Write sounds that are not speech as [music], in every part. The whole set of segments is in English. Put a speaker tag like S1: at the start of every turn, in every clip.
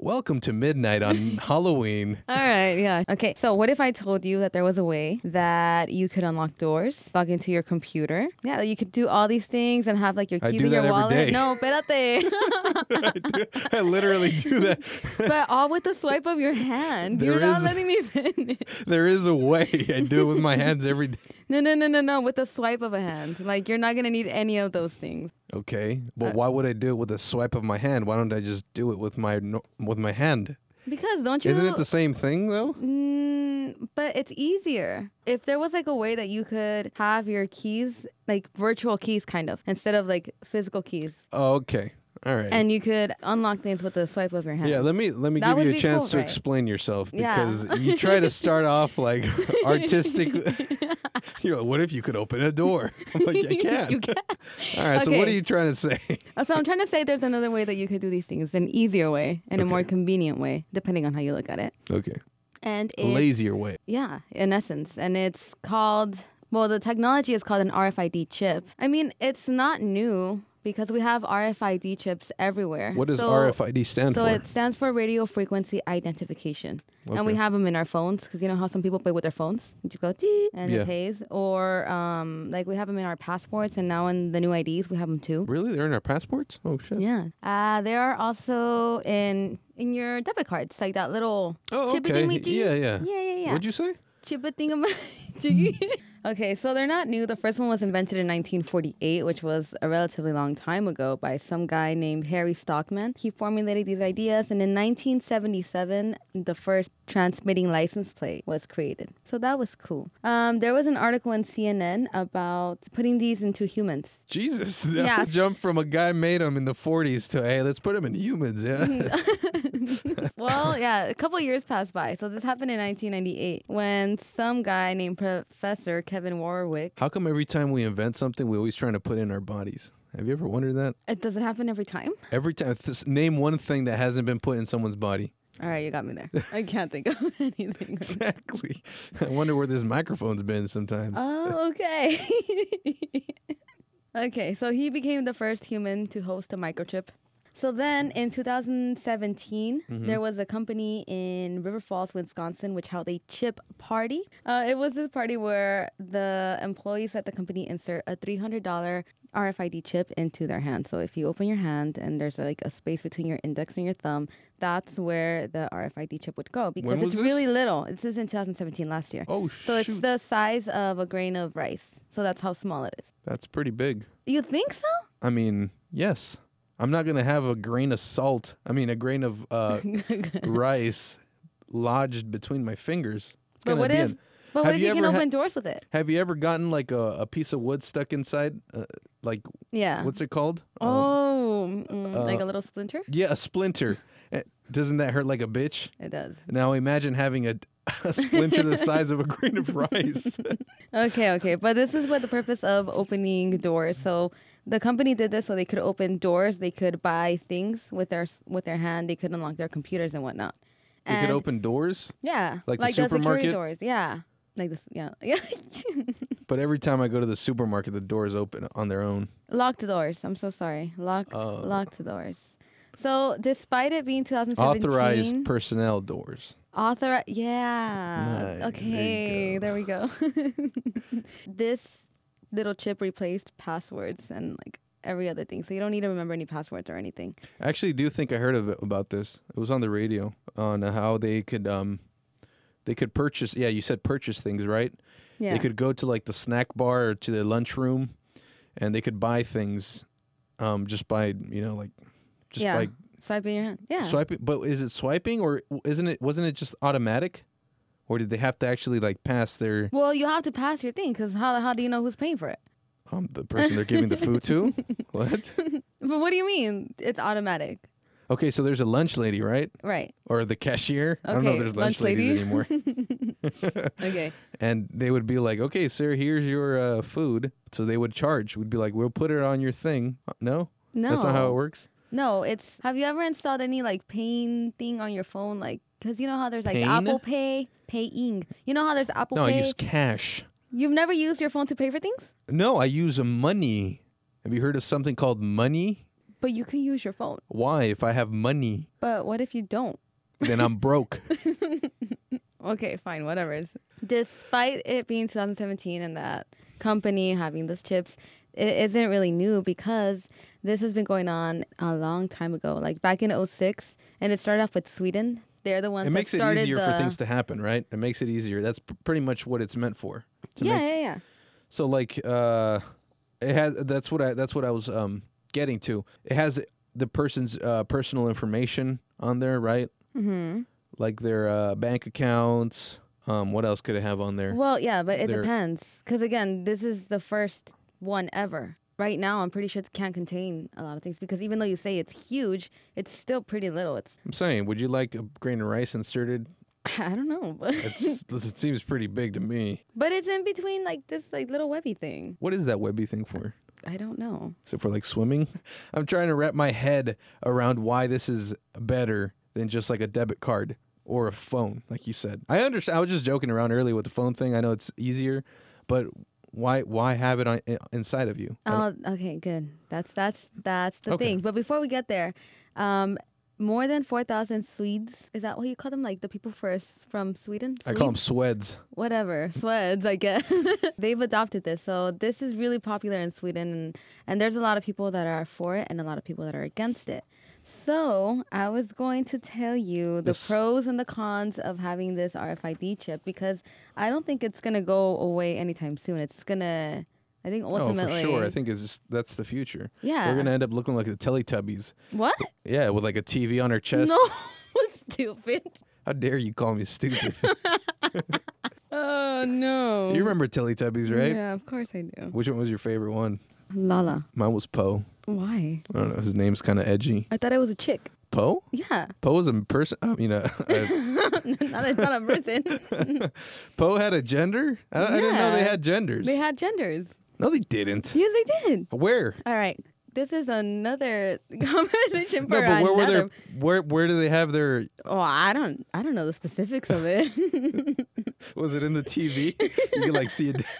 S1: Welcome to midnight
S2: [laughs]
S1: on Halloween. [laughs]
S2: All right, yeah. Okay, so what if I told you that there was a way that you could unlock doors, log into your computer? Yeah, you could do all these things and have like your
S1: I
S2: keys
S1: do
S2: in your
S1: that every
S2: wallet.
S1: day. [laughs]
S2: No, espérate.
S1: I, do- I literally do that. [laughs]
S2: but all with the swipe of your hand. You're
S1: There
S2: not
S1: is-
S2: letting me finish.
S1: there is a way. I do it with my hands every day.
S2: No, no, no, no, no, with the swipe of a hand. Like you're not going to need any of those things.
S1: Okay, but why would I do it with a swipe of my hand? Why don't I just do it with my no- with my hand?
S2: Because don't you
S1: Isn't it the same thing though?
S2: Mm, but it's easier. If there was like a way that you could have your keys, like virtual keys, kind of, instead of like physical keys,
S1: Oh, okay. All right.
S2: and you could unlock things with the swipe of your hand.
S1: yeah, let me let me
S2: That
S1: give
S2: would
S1: you a
S2: be
S1: chance
S2: cool,
S1: to
S2: right?
S1: explain yourself
S2: Yeah.
S1: because you try to start off like
S2: [laughs]
S1: [laughs] artistic. You're like, what if you could open a door? I'm like, I can't.
S2: [laughs] You can.
S1: All right. So what are
S2: Okay.
S1: you trying to say? [laughs]
S2: Uh, So I'm trying to say there's another way that you could do these things, an easier way and a more convenient way, depending on how you look at it.
S1: Okay.
S2: And
S1: A
S2: it,
S1: lazier way.
S2: Yeah, in essence. And it's called, well, the technology is called an RFID chip. I mean, it's not new because we have RFID chips everywhere.
S1: What does
S2: So-
S1: RFID stand
S2: So
S1: for?
S2: it stands for radio frequency identification. And we
S1: Okay.
S2: have them in our phones because you know how some people play with their phones? You just go, "Tee," and
S1: Yeah.
S2: it pays. Or um, like we have them in our passports and now in the new IDs, we have them too.
S1: really? They're in our passports? Oh shit.
S2: Yeah. Uh, they are also in in your debit cards, like that little
S1: Oh,
S2: chippy
S1: okay.
S2: thingamajiggy.
S1: Yeah, yeah.
S2: Yeah, yeah, yeah.
S1: What'd you say?
S2: Chippa thingama jiggy. Okay, so they're not new. The first one was invented in 1948, which was a relatively long time ago by some guy named Harry Stockman. He formulated these ideas, and in 1977, the first transmitting license plate was created. So that was cool. Um, there was an article in CNN about putting these into humans.
S1: Jesus, [laughs] that
S2: Yeah.
S1: jump from a guy made him in the 40s to hey, let's put him in humans,
S2: Mm-hmm.
S1: yeah.
S2: well, yeah, a couple years passed by. So this happened in 1998 when some guy named Professor Kevin Warwick
S1: How come every time we invent something, we always trying to put in our bodies? Have you ever wondered that?
S2: It does it happen every time?
S1: Every time, th- name one thing that hasn't been put in someone's body.
S2: All right, you got me there. I can't think of [laughs] anything.
S1: [laughs] Exactly. I wonder where this microphone's been sometimes.
S2: Oh, okay. [laughs] okay, so he became the first human to host a microchip. So then in 2017,
S1: Mm-hmm.
S2: there was a company in River Falls, Wisconsin, which held a chip party. Uh, it was this party where the employees at the company insert a $300 RFID chip into their hand. So if you open your hand and there's like a space between your index and your thumb, that's where the RFID chip would go because
S1: was
S2: it's
S1: this?
S2: really little. This is in 2017, last year.
S1: oh
S2: So
S1: shoot,
S2: it's the size of a grain of rice. So that's how small it is.
S1: that's pretty big.
S2: You think so? [laughs]
S1: I mean, yes. I'm not gonna have a grain of salt. I mean, a grain of uh, rice lodged between my fingers. It's
S2: But
S1: gonna
S2: what
S1: be
S2: if?
S1: an-
S2: But
S1: Have
S2: what if
S1: you
S2: you can
S1: ever ha-
S2: open doors with it?
S1: Have you ever gotten like a, a piece of wood stuck inside? Uh, like,
S2: Yeah.
S1: what's it called? Um,
S2: Ah. oh, mm,
S1: Uh,
S2: like a little splinter?
S1: yeah, a splinter. Eh, Doesn't that hurt like a bitch?
S2: It does.
S1: Now imagine having a, [laughs] a splinter the size of a grain of
S2: [laughs]
S1: rice.
S2: Okay, okay. But this is what the purpose of opening doors. So the company did this so they could open doors. They could buy things with their s- with their hand. They could unlock their computers and whatnot.
S1: You
S2: And-
S1: could open doors,
S2: Yeah.
S1: Like the
S2: security
S1: supermarket?
S2: doors. Yeah. Like this. Yeah. [laughs] Yeah.
S1: but every time I go to the supermarket, the doors open on their own.
S2: Locked doors. I'm so sorry. Locked
S1: Oh.
S2: locked doors. So despite it being 2017,
S1: Authorized personnel doors.
S2: author, yeah,
S1: Nice. There you
S2: okay,
S1: go.
S2: there, we go. [laughs] this little chip replaced passwords and like every other thing, so you don't need to remember any passwords or anything.
S1: I actually do think I heard of it, about this. It was on the radio on how they could um they could purchase yeah, you said purchase things, right?
S2: Yeah,
S1: They could go to like the snack bar or to the lunchroom and they could buy things um just by, you know, like just
S2: yeah.
S1: by
S2: swiping your hand. Yeah,
S1: swiping but is it swiping or isn't it wasn't it just automatic? Or did they have to actually like pass their
S2: well, you have to pass your thing because how how do you know who's paying for it?
S1: um the person they're giving the food
S2: [laughs]
S1: to? What?
S2: But what do you mean? It's automatic,
S1: Okay, so there's a lunch lady, right?
S2: right?
S1: Or the cashier? I don't know if
S2: Okay,
S1: there's lunch,
S2: lunch
S1: ladies
S2: lady. [laughs]
S1: anymore.
S2: Okay,
S1: and they would be like, "Okay, sir, here's your uh, food." So they would charge. We'd be like, "We'll put it on your thing." Uh, No,
S2: no,
S1: that's not how it works.
S2: No, it's. Have you ever installed any like pain thing on your phone? Like, because you know how there's like
S1: Pain?
S2: Apple Pay, paying. You know how there's Apple
S1: No, I
S2: Pay?
S1: use cash.
S2: You've never used your phone to pay for things?
S1: No, I use money. Have you heard of something called money?
S2: But you can use your phone.
S1: Why? If I have money,
S2: But what if you don't?
S1: then I'm
S2: [laughs]
S1: broke.
S2: Okay, fine, whatever. Despite it being 2017 and that company having those chips, it isn't really new because this has been going on a long time ago, like back in 06, and it started off with Sweden. They're the ones
S1: it makes
S2: that
S1: it
S2: started
S1: easier
S2: the
S1: for things to happen, right? It makes it easier. That's p- pretty much what it's meant for. To
S2: yeah,
S1: make
S2: yeah, yeah.
S1: So like uh it has that's what I that's what I was um getting to. It has the person's uh personal information on there, right?
S2: Mm-hmm.
S1: Like their uh bank accounts. Um what else could it have on there?
S2: Well, yeah, but it
S1: They're-
S2: depends. Because again, this is the first one ever. Right now, I'm pretty sure it can't contain a lot of things because even though you say it's huge, it's still pretty little. It's [laughs]
S1: I'm saying, would you like a grain of rice inserted?
S2: I don't know, but
S1: It's [laughs] it seems pretty big to me.
S2: but it's in between like this like little webby thing.
S1: What is that webby thing for?
S2: I don't know.
S1: Is it for like swimming? [laughs] I'm trying to wrap my head around why this is better than just like a debit card or a phone, like you said. I understand. I was just joking around earlier with the phone thing. I know it's easier, but why why have it on, i- inside of you? I don't-
S2: Oh, okay, good. That's that's that's the
S1: Okay.
S2: thing. But before we get there, um, more than four thousand Swedes. Is that what you call them? Like the people first from Sweden?
S1: I call
S2: Swedes?
S1: them Sweds.
S2: whatever Swedes, I guess. [laughs] They've adopted this, so this is really popular in Sweden, and, and there's a lot of people that are for it and a lot of people that are against it. So I was going to tell you the
S1: This-
S2: pros and the cons of having this RFID chip because I don't think it's gonna go away anytime soon. It's gonna, I think
S1: Oh, for
S2: ultimately.
S1: sure. I think it's just that's the future.
S2: yeah.
S1: We're gonna end up looking like the Teletubbies.
S2: what?
S1: Yeah, with like a TV on her chest.
S2: [laughs] No, stupid.
S1: How dare you call me
S2: [laughs]
S1: stupid?
S2: Oh [laughs] no.
S1: you remember Teletubbies, right?
S2: Yeah, of course I do.
S1: Which one was your favorite one?
S2: Lala,
S1: Mine was Poe.
S2: why?
S1: I don't know. His name's kind of edgy.
S2: I thought I was a chick.
S1: Poe?
S2: Yeah.
S1: Poe was a person. [laughs] I mean, uh, uh,
S2: [laughs] not, a, not a
S1: [laughs]
S2: person.
S1: Poe had a gender. I, don't- I didn't know they
S2: Yeah.
S1: had genders.
S2: They had genders.
S1: no, they didn't.
S2: Yeah, they did.
S1: Where?
S2: All right. This is another [laughs] conversation for
S1: no, but where were
S2: another.
S1: their? Where Where do they have their?
S2: Oh, I don't. I don't know the specifics of it. [laughs]
S1: [laughs] Was it in the TV? you could like see it. [laughs]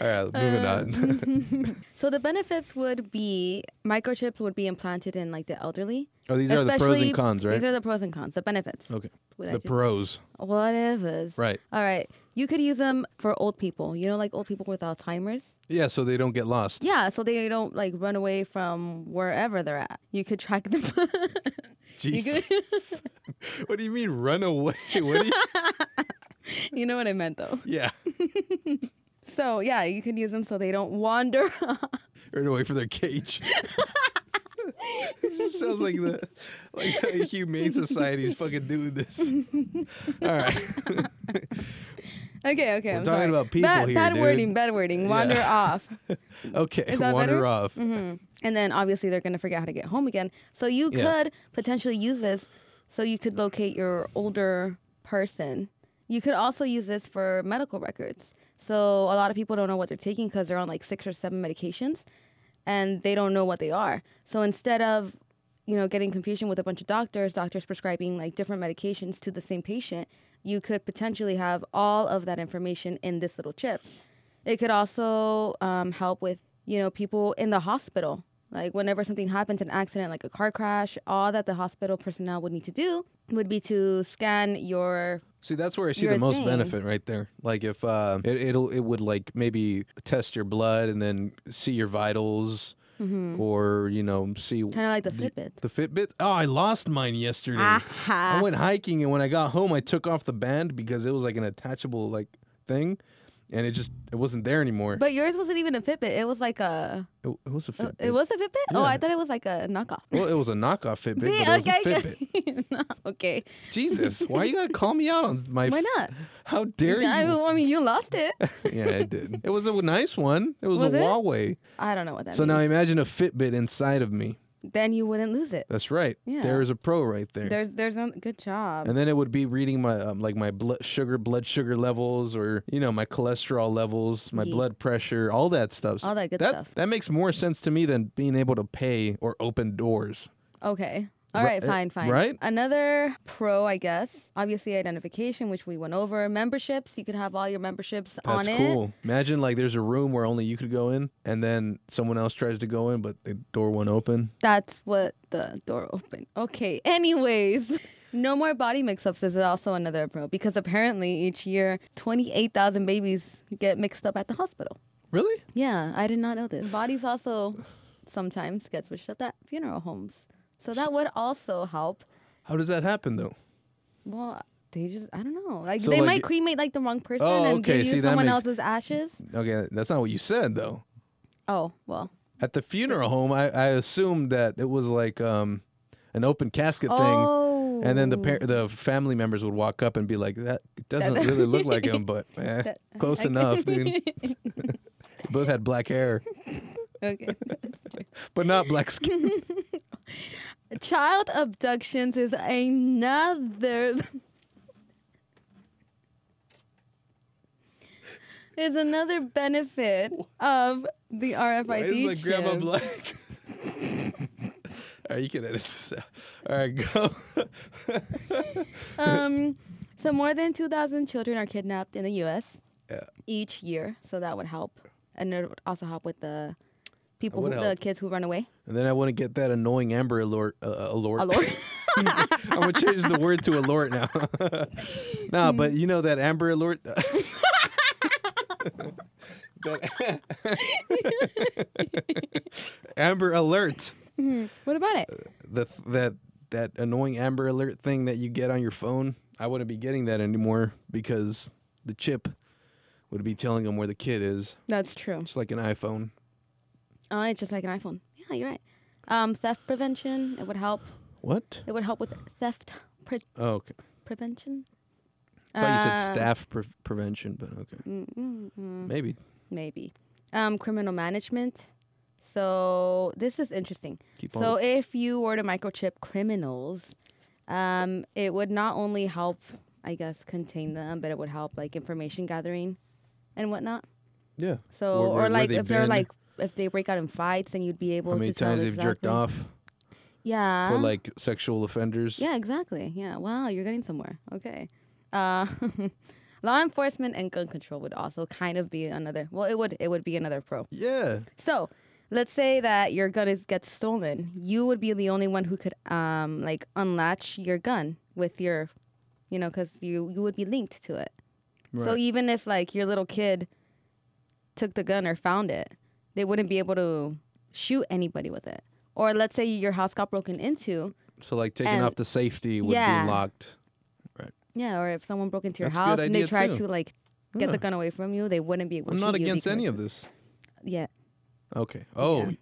S1: All right, moving
S2: Um,
S1: on.
S2: so the benefits would be microchips would be implanted in like the elderly.
S1: [laughs] oh, these are the pros
S2: Especially-
S1: and cons, right?
S2: These are the pros and cons. The benefits.
S1: okay,
S2: What I
S1: the
S2: just-
S1: pros,
S2: whatever's.
S1: right?
S2: All right. You could use them for old people. You know, like old people with Alzheimer's.
S1: Yeah, so they don't get lost.
S2: Yeah, so they don't like run away from wherever they're at. You could track them. [laughs] You
S1: Jesus. [laughs]
S2: could-
S1: what do you mean run away? [laughs] What do
S2: [laughs]
S1: you?
S2: you know what I meant though.
S1: Yeah,
S2: So yeah, you can use them so they don't wander. [laughs]
S1: run away from their cage. [laughs] It just sounds like the like the humane society's fucking doing this. [laughs] All right.
S2: okay, okay.
S1: We're talking
S2: I'm sorry.
S1: about people
S2: bad,
S1: here,
S2: Bad
S1: dude.
S2: wording, bad wording. Wander
S1: Yeah.
S2: off.
S1: Okay.
S2: Is that
S1: Wander
S2: better?
S1: off.
S2: Mhm. And then obviously they're gonna figure out how to get home again. So you
S1: Yeah.
S2: could potentially use this so you could locate your older person. You could also use this for medical records. So a lot of people don't know what they're taking because they're on like six or seven medications, and they don't know what they are. So instead of you know getting confusion with a bunch of doctors, doctors prescribing like different medications to the same patient, you could potentially have all of that information in this little chip. It could also um, help with, you know, people in the hospital. Like whenever something happens, an accident, like a car crash, all that the hospital personnel would need to do would be to scan your.
S1: See, that's where I see
S2: Your
S1: the most
S2: thing.
S1: benefit right there. Like if uh, it it'll it would like maybe test your blood and then see your vitals,
S2: Mm-hmm.
S1: or you know see
S2: Kind of like the
S1: the-
S2: Fitbit.
S1: The Fitbit. Oh, I lost mine yesterday.
S2: Aha.
S1: I went hiking and when I got home, I took off the band because it was like an attachable like thing, and it just it wasn't there anymore.
S2: But yours wasn't even a Fitbit. It was like a.
S1: it, it was a Fitbit.
S2: It was a Fitbit. Oh,
S1: Yeah.
S2: I thought it was like a knockoff.
S1: Well, it was a knockoff
S2: [laughs]
S1: Fitbit,
S2: See,
S1: but it was a Fitbit.
S2: okay. No, [laughs] okay.
S1: Jesus, why you gotta call me out on my?
S2: Why
S1: f-
S2: not?
S1: How dare you?
S2: [laughs] I, I mean, you lost it.
S1: [laughs] yeah, it did. It was a nice one. It was,
S2: Was
S1: a
S2: it?
S1: Huawei.
S2: I don't know what that
S1: So now
S2: means.
S1: imagine a Fitbit inside of me.
S2: then you wouldn't lose it.
S1: That's right.
S2: Yeah.
S1: There is a pro right there.
S2: There's, there's a good job.
S1: and then it would be reading my um, like my blood sugar, blood sugar levels, or you know my cholesterol levels, my
S2: Ye-
S1: blood pressure, all that stuff. So
S2: All that good stuff.
S1: That makes more sense to me than being able to pay or open doors.
S2: Okay. All right,
S1: Ri-
S2: fine, fine.
S1: right?
S2: Another pro, I guess, obviously identification, which we went over. Memberships, you could have all your memberships
S1: That's
S2: on it.
S1: cool. Imagine like there's a room where only you could go in, and then someone else tries to go in, but the door won't open.
S2: That's what the door opened. Okay, anyways. [laughs] No more body mix ups is also another pro because apparently each year 28,000 babies get mixed up at the hospital.
S1: Really?
S2: Yeah, I did not know this. Bodies also sometimes get switched up at funeral homes. So that would also help.
S1: How does that happen though?
S2: Well, they just, I don't know. Like,
S1: So,
S2: they
S1: like-
S2: might cremate like the wrong person
S1: Oh,
S2: and
S1: okay,
S2: they use
S1: see, that
S2: someone
S1: makes-
S2: else's ashes.
S1: Okay, that's not what you said though.
S2: Oh, well.
S1: At the funeral home, I, I assumed that it was like um, an open casket thing.
S2: Oh.
S1: And then the par- the family members would walk up and be like, "That doesn't
S2: That-
S1: really look like him,
S2: [laughs]
S1: but eh,
S2: Oh. That-
S1: [laughs] close
S2: I-
S1: enough,
S2: [laughs]
S1: dude." Both had black hair,
S2: okay.
S1: but not
S2: [laughs]
S1: black skin.
S2: Child abductions is another. [laughs] is another benefit of the RFID
S1: Why is my grandma
S2: chip.
S1: black? [laughs] All right, you can edit this out. All right, go. [laughs]
S2: um, so more than 2,000 children are kidnapped in the U.S.
S1: Yeah.
S2: each year, so that would help, and it would also help with the people, who,
S1: would
S2: the
S1: help.
S2: kids who run away.
S1: And then I want to get that annoying Amber alert. Uh, uh, alert. [laughs]
S2: A lot.
S1: I'm gonna change the word to alert now. [laughs] nah, but you know that Amber alert. [laughs] that [laughs] Amber alert.
S2: Mm-hmm. what about it?
S1: The th- that that annoying Amber alert thing that you get on your phone. I wouldn't be getting that anymore because the chip would be telling them where the kid is.
S2: That's true.
S1: It's like an iPhone.
S2: Oh, it's just like an iPhone. Yeah, you're right. Um, theft prevention. It would help.
S1: What?
S2: It would help with theft pre-
S1: Oh, okay.
S2: prevention.
S1: I thought you
S2: Um,
S1: said staff pre- prevention, but okay.
S2: mm, mm, mm.
S1: Maybe.
S2: maybe um, criminal management so this is interesting
S1: Keep on.
S2: so if you were to microchip criminals um, it would not only help i guess contain them but it would help like information gathering and whatnot
S1: yeah.
S2: so
S1: Where- where-
S2: or
S1: where
S2: like
S1: they've
S2: if they're
S1: been.
S2: like if they break out in fights then you'd be able
S1: How many
S2: to tell
S1: times they've jerked
S2: exactly-
S1: off
S2: yeah
S1: for like sexual offenders?
S2: yeah exactly yeah wow you're getting somewhere okay uh, [laughs] law enforcement and gun control would also kind of be another well it would it would be another pro
S1: Yeah.
S2: So let's say that your gun is gets stolen. You would be the only one who could um like unlatch your gun with your, you know, because you you would be linked to it. So
S1: Right.
S2: even if like your little kid took the gun or found it, they wouldn't be able to shoot anybody with it. Or let's say your house got broken into.
S1: So like taking
S2: and-
S1: off the safety would
S2: Yeah.
S1: be locked.
S2: Yeah, or if someone broke into your
S1: That's a good
S2: house and they
S1: idea,
S2: tried
S1: too.
S2: to like get
S1: Yeah.
S2: the gun away from you, they wouldn't be able
S1: I'm
S2: to
S1: not
S2: shoot you
S1: against any
S2: because-
S1: of this.
S2: Yeah.
S1: Okay. Oh,
S2: Yeah.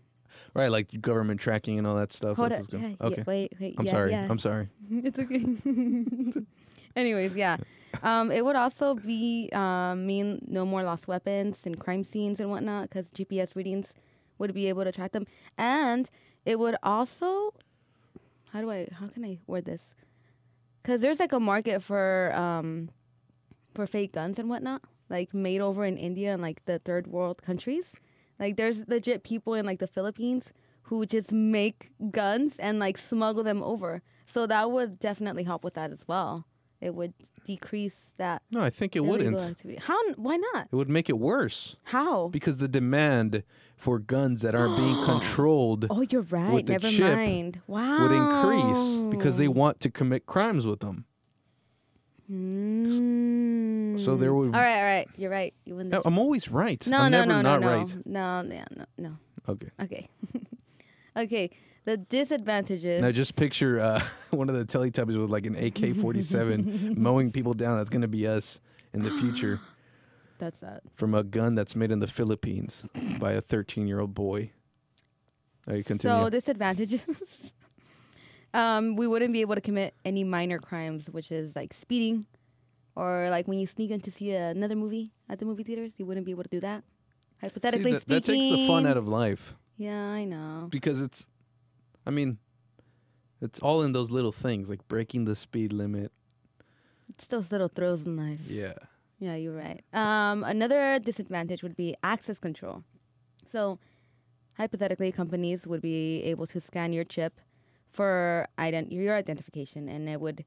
S1: right. Like government tracking and all that stuff.
S2: Hold
S1: This
S2: up.
S1: is good.
S2: Yeah, yeah,
S1: okay.
S2: wait, wait.
S1: I'm
S2: yeah,
S1: sorry.
S2: yeah.
S1: I'm sorry.
S2: [laughs] it's okay. [laughs] Anyways, yeah. Um, it would also be um, mean no more lost weapons and crime scenes and whatnot because GPS readings would be able to track them, and it would also. How do I? How can I word this? Because there's like a market for um, for fake guns and whatnot, like made over in India and like the third world countries. Like there's legit people in like the Philippines who just make guns and like smuggle them over. So that would definitely help with that as well. It would decrease that
S1: No, I think it
S2: illegal
S1: wouldn't.
S2: activity. How? Why not?
S1: It would make it worse
S2: How?
S1: because the demand for guns that aren't
S2: [gasps]
S1: being controlled
S2: Oh, you're right.
S1: with the
S2: Never
S1: chip
S2: mind. Wow.
S1: would increase because
S2: Oh.
S1: they want to commit crimes with them.
S2: Mm.
S1: So there would.
S2: All right, all right. You're right. You win this.
S1: I- I'm always right.
S2: no,
S1: I'm
S2: no,
S1: never
S2: no, no,
S1: not
S2: no,
S1: right.
S2: no, no, no, no.
S1: Okay.
S2: Okay, [laughs] okay. The disadvantages.
S1: Now just picture uh, [laughs] one of the Teletubbies with like an
S2: [laughs]
S1: AK-47 mowing people down. That's gonna be us in the future
S2: [gasps] That's that.
S1: from a gun that's made in the Philippines by a 13-year-old boy. All right, continue.
S2: So disadvantages. [laughs] um, we wouldn't be able to commit any minor crimes, which is like speeding, or like when you sneak in to see another movie at the movie theaters, you wouldn't be able to do that.
S1: See,
S2: Hypothetically
S1: that, that
S2: speaking,
S1: takes the fun out of life
S2: Yeah, I know.
S1: because it's, I mean, it's all in those little things like breaking the speed limit.
S2: It's those little thrills in life.
S1: Yeah.
S2: Yeah, you're right. Um, another disadvantage would be access control. So, hypothetically, companies would be able to scan your chip for ident- your identification, and it would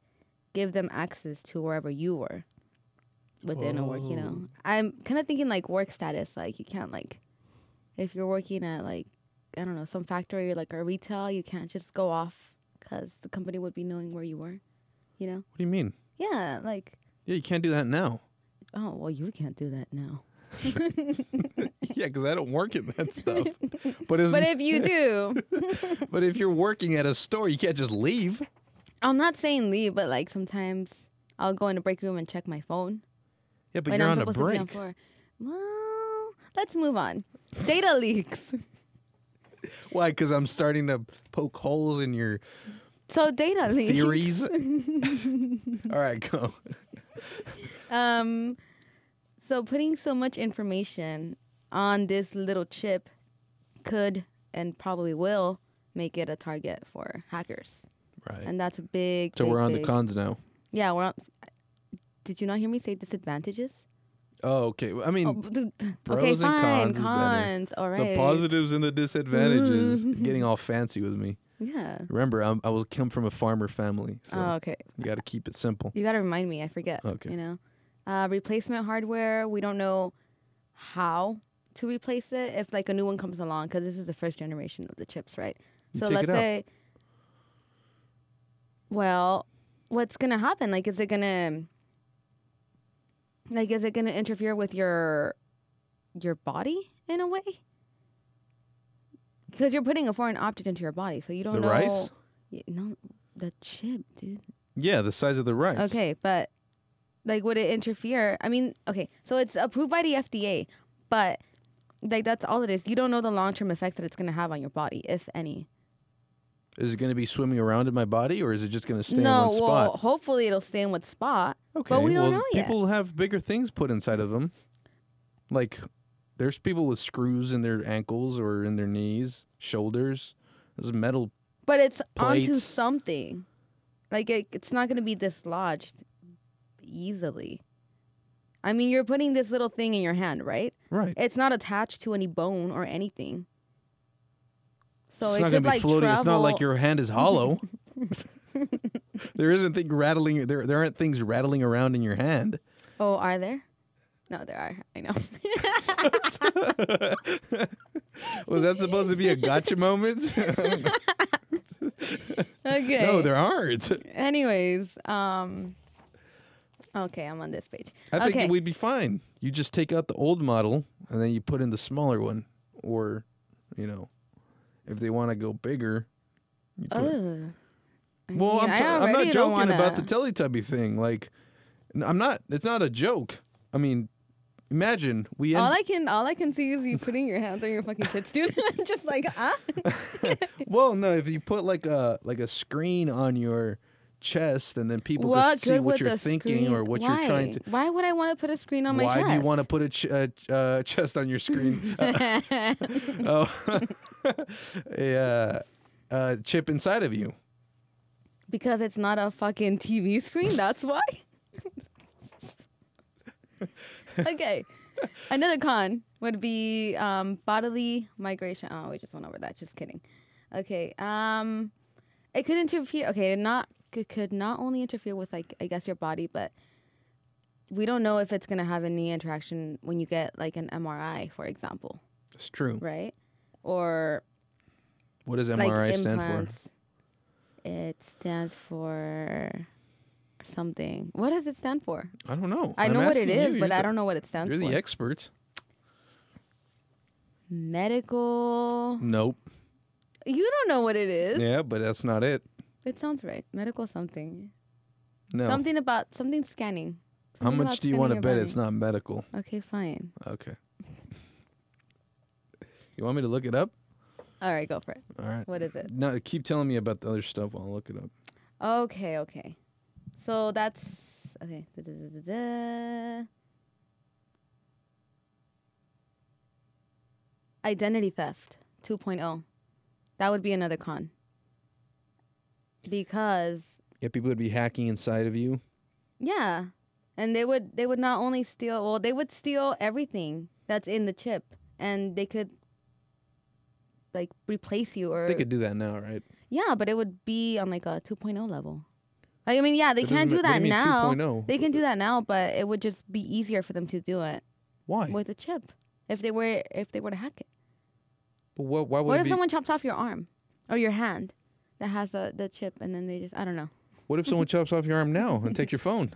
S2: give them access to wherever you were within a work. You know,
S1: Whoa.
S2: I'm kind of thinking like work status. Like you can't like if you're working at like I don't know some factory or like a retail, you can't just go off because the company would be knowing where you were. You know?
S1: What do you mean?
S2: Yeah, like
S1: Yeah, you can't do that now. [laughs]
S2: oh well, you can't do that now.
S1: yeah, because I don't work in that
S2: [laughs]
S1: stuff. But, isn't,
S2: But if you do,
S1: but if you're working at a store, you can't just leave.
S2: I'm not saying leave, but like sometimes I'll go in the break room and check my phone.
S1: Yeah, but
S2: when
S1: you're on
S2: I'm
S1: a
S2: supposed to be on
S1: break.
S2: floor. Well, let's move on. Data leaks. [laughs]
S1: Why? Because I'm starting to poke holes in
S2: [laughs]
S1: your
S2: So data leaks. [laughs]
S1: theories. [laughs] All right, go.
S2: Um, so putting so much information on this little chip could and probably will make it a target for hackers,
S1: Right.
S2: and that's a big.
S1: So
S2: big,
S1: we're on the
S2: big-
S1: cons now.
S2: Yeah, we're on. Did you not hear me say disadvantages?
S1: Oh, okay. I mean,
S2: Oh, b- d-
S1: pros
S2: okay,
S1: and
S2: fine.
S1: cons is better.
S2: all right.
S1: the positives and the
S2: [laughs]
S1: disadvantages. getting all fancy with me.
S2: Yeah.
S1: Remember, I'm, I was come from a farmer family, so
S2: oh, okay.
S1: you got to keep it simple.
S2: You got to remind me. I forget.
S1: Okay.
S2: You know, uh, replacement hardware. We don't know how to replace it if like a new one comes along because this is the first generation of the chips, right?
S1: You
S2: so
S1: take
S2: let's
S1: it out.
S2: say. Well, what's gonna happen? Like, is it gonna? Like, is it gonna interfere with your, your body in a way? Because you're putting a foreign object into your body, so you don't
S1: The
S2: know.
S1: rice?
S2: Y- No, the chip, dude.
S1: Yeah, the size of the rice.
S2: Okay, but like, would it interfere? I mean, okay, so it's approved by the FDA, but like that's all it is. You don't know the long term effects that it's gonna have on your body, if any.
S1: Is it going to be swimming around in my body, or is it just going to stay in
S2: no,
S1: one
S2: well,
S1: spot?
S2: hopefully it'll stay in one spot.
S1: Okay.
S2: we
S1: well,
S2: don't know yet.
S1: people have bigger things put inside of them. Like, there's people with screws in their ankles or in their knees, shoulders. There's metal.
S2: But it's onto
S1: Plates.
S2: something. Like it, it's not gonna be dislodged easily. I mean, you're putting this little thing in your hand, right?
S1: Right.
S2: It's not attached to any bone or anything. So
S1: it's
S2: it
S1: not
S2: could
S1: gonna be
S2: like
S1: floating. It's not like
S2: travel-
S1: your hand is
S2: [laughs]
S1: hollow. [laughs] there isn't thing rattling. There there aren't things rattling around in your
S2: [laughs]
S1: hand. [laughs]
S2: Oh, are there? No, there are. I know. [laughs]
S1: Was that supposed to be a gotcha moment? [laughs]
S2: okay.
S1: no, there aren't.
S2: Anyways, um, okay, I'm on this page.
S1: I think
S2: okay.
S1: we'd be fine. You just take out the old model and then you put in the smaller one, or you know, if they want to go bigger. You put,
S2: Ugh. I
S1: Well,
S2: mean,
S1: I'm,
S2: I
S1: t- I'm not
S2: already don't
S1: joking about the
S2: wanna-
S1: Teletubby thing. Like, n- I'm not. It's not a joke. I mean, imagine we
S2: all
S1: end.
S2: I can all I can see is you putting your hands on your fucking tits, dude. [laughs] I'm just like,
S1: [laughs]
S2: ah.
S1: well, no, if you put like a like a screen on your chest, and then people
S2: [laughs]
S1: can
S2: What
S1: see
S2: good
S1: what
S2: would
S1: you're
S2: the
S1: thinking or
S2: screen-
S1: what you're trying
S2: why?
S1: to.
S2: Why would I want to put a screen on my
S1: Why
S2: chest?
S1: do you
S2: [laughs]
S1: want to put a ch- uh, ch- uh, chest on your screen? [laughs] oh, [laughs] a uh, uh, chip inside of you.
S2: because it's not a fucking TV screen. That's why. okay. Another con would be um, bodily migration. Oh, we just went over that. Just kidding. Okay. Um, it could interfere. Okay, it not it could not only interfere with like I guess your body, but we don't know if it's gonna have any interaction when you get like an MRI, for example,
S1: It's true.
S2: right? Or
S1: What does
S2: like
S1: MRI stand for?
S2: implants. It stands for something. What does it stand for?
S1: I don't know.
S2: I
S1: I'm
S2: know what
S1: asking
S2: it is,
S1: you.
S2: but
S1: You're
S2: I
S1: the-
S2: don't know what it stands
S1: You're the
S2: for.
S1: expert.
S2: Medical.
S1: Nope.
S2: You don't know what it is.
S1: Yeah, but that's not it.
S2: It sounds right. Medical something.
S1: No.
S2: Something about something scanning.
S1: How
S2: Something
S1: much
S2: about
S1: do you
S2: scanning
S1: want to
S2: your
S1: bet
S2: body.
S1: it's not medical?
S2: Okay, fine.
S1: Okay. [laughs] you want me to look it up?
S2: All right, go for it.
S1: All right.
S2: What is it?
S1: No, keep telling me about the other stuff. I'll look it up.
S2: Okay, okay. So that's okay. da- da- da- da- da. Identity theft 2.0. That would be another con. Because
S1: Yeah, people would be hacking inside of you.
S2: yeah, and they would they would not only steal well they would steal everything that's in the chip and they could like replace you or
S1: They could do that now, right?
S2: Yeah, but it would be on like a 2.0 level. Like, I mean, yeah, they
S1: That
S2: can
S1: doesn't
S2: do
S1: ma- what
S2: that
S1: do you mean
S2: now.
S1: 2.0?
S2: They can do that now, but it would just be easier for them to do it
S1: Why?
S2: with a chip if they were if they were to hack it.
S1: But wha- why would
S2: What
S1: it
S2: if
S1: be?
S2: someone chops off your arm or your hand that has the, the chip and then they just I don't know. [laughs]
S1: What if someone chops off your arm now and takes your phone?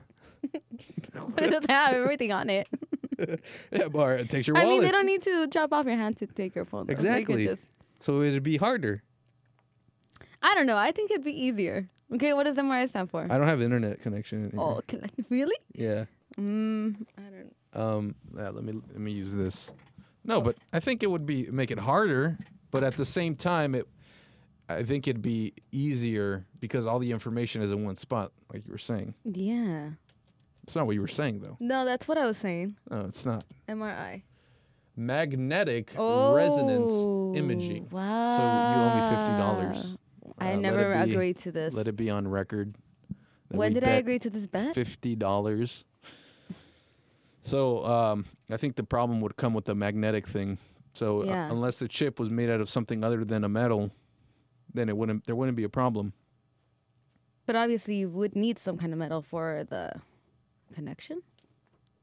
S2: But it doesn't have everything on it.
S1: Yeah, or it takes your
S2: I
S1: wallet.
S2: mean, they don't need to chop off your hand to take your phone. though. They could
S1: Exactly.
S2: just-
S1: So it'd be harder.
S2: I don't know. I think it'd be easier. Okay, what does MRI stand for?
S1: I don't have internet connection. in
S2: oh, can I- [laughs] really?
S1: here.
S2: Mm, I don't.
S1: Yeah. Um. yeah, let me let me use this. No, but I think it would be make it harder, but at the same time, it I think it'd be easier because all the information is in one spot, like you were saying.
S2: Yeah.
S1: It's not what you were saying though.
S2: No, that's what I was saying.
S1: No, it's not.
S2: MRI.
S1: Magnetic
S2: Oh.
S1: resonance imaging. So
S2: Wow.
S1: you owe me fifty dollars.
S2: I never agreed to this.
S1: Let Uh, it be on record. that
S2: when
S1: we
S2: did I
S1: bet
S2: agree to this bet?
S1: Fifty dollars. So um, I think the problem would come with the magnetic thing. So uh,
S2: Yeah.
S1: unless the chip was made out of something other than a metal, then it wouldn't. There wouldn't be a problem.
S2: But obviously, you would need some kind of metal for the connection.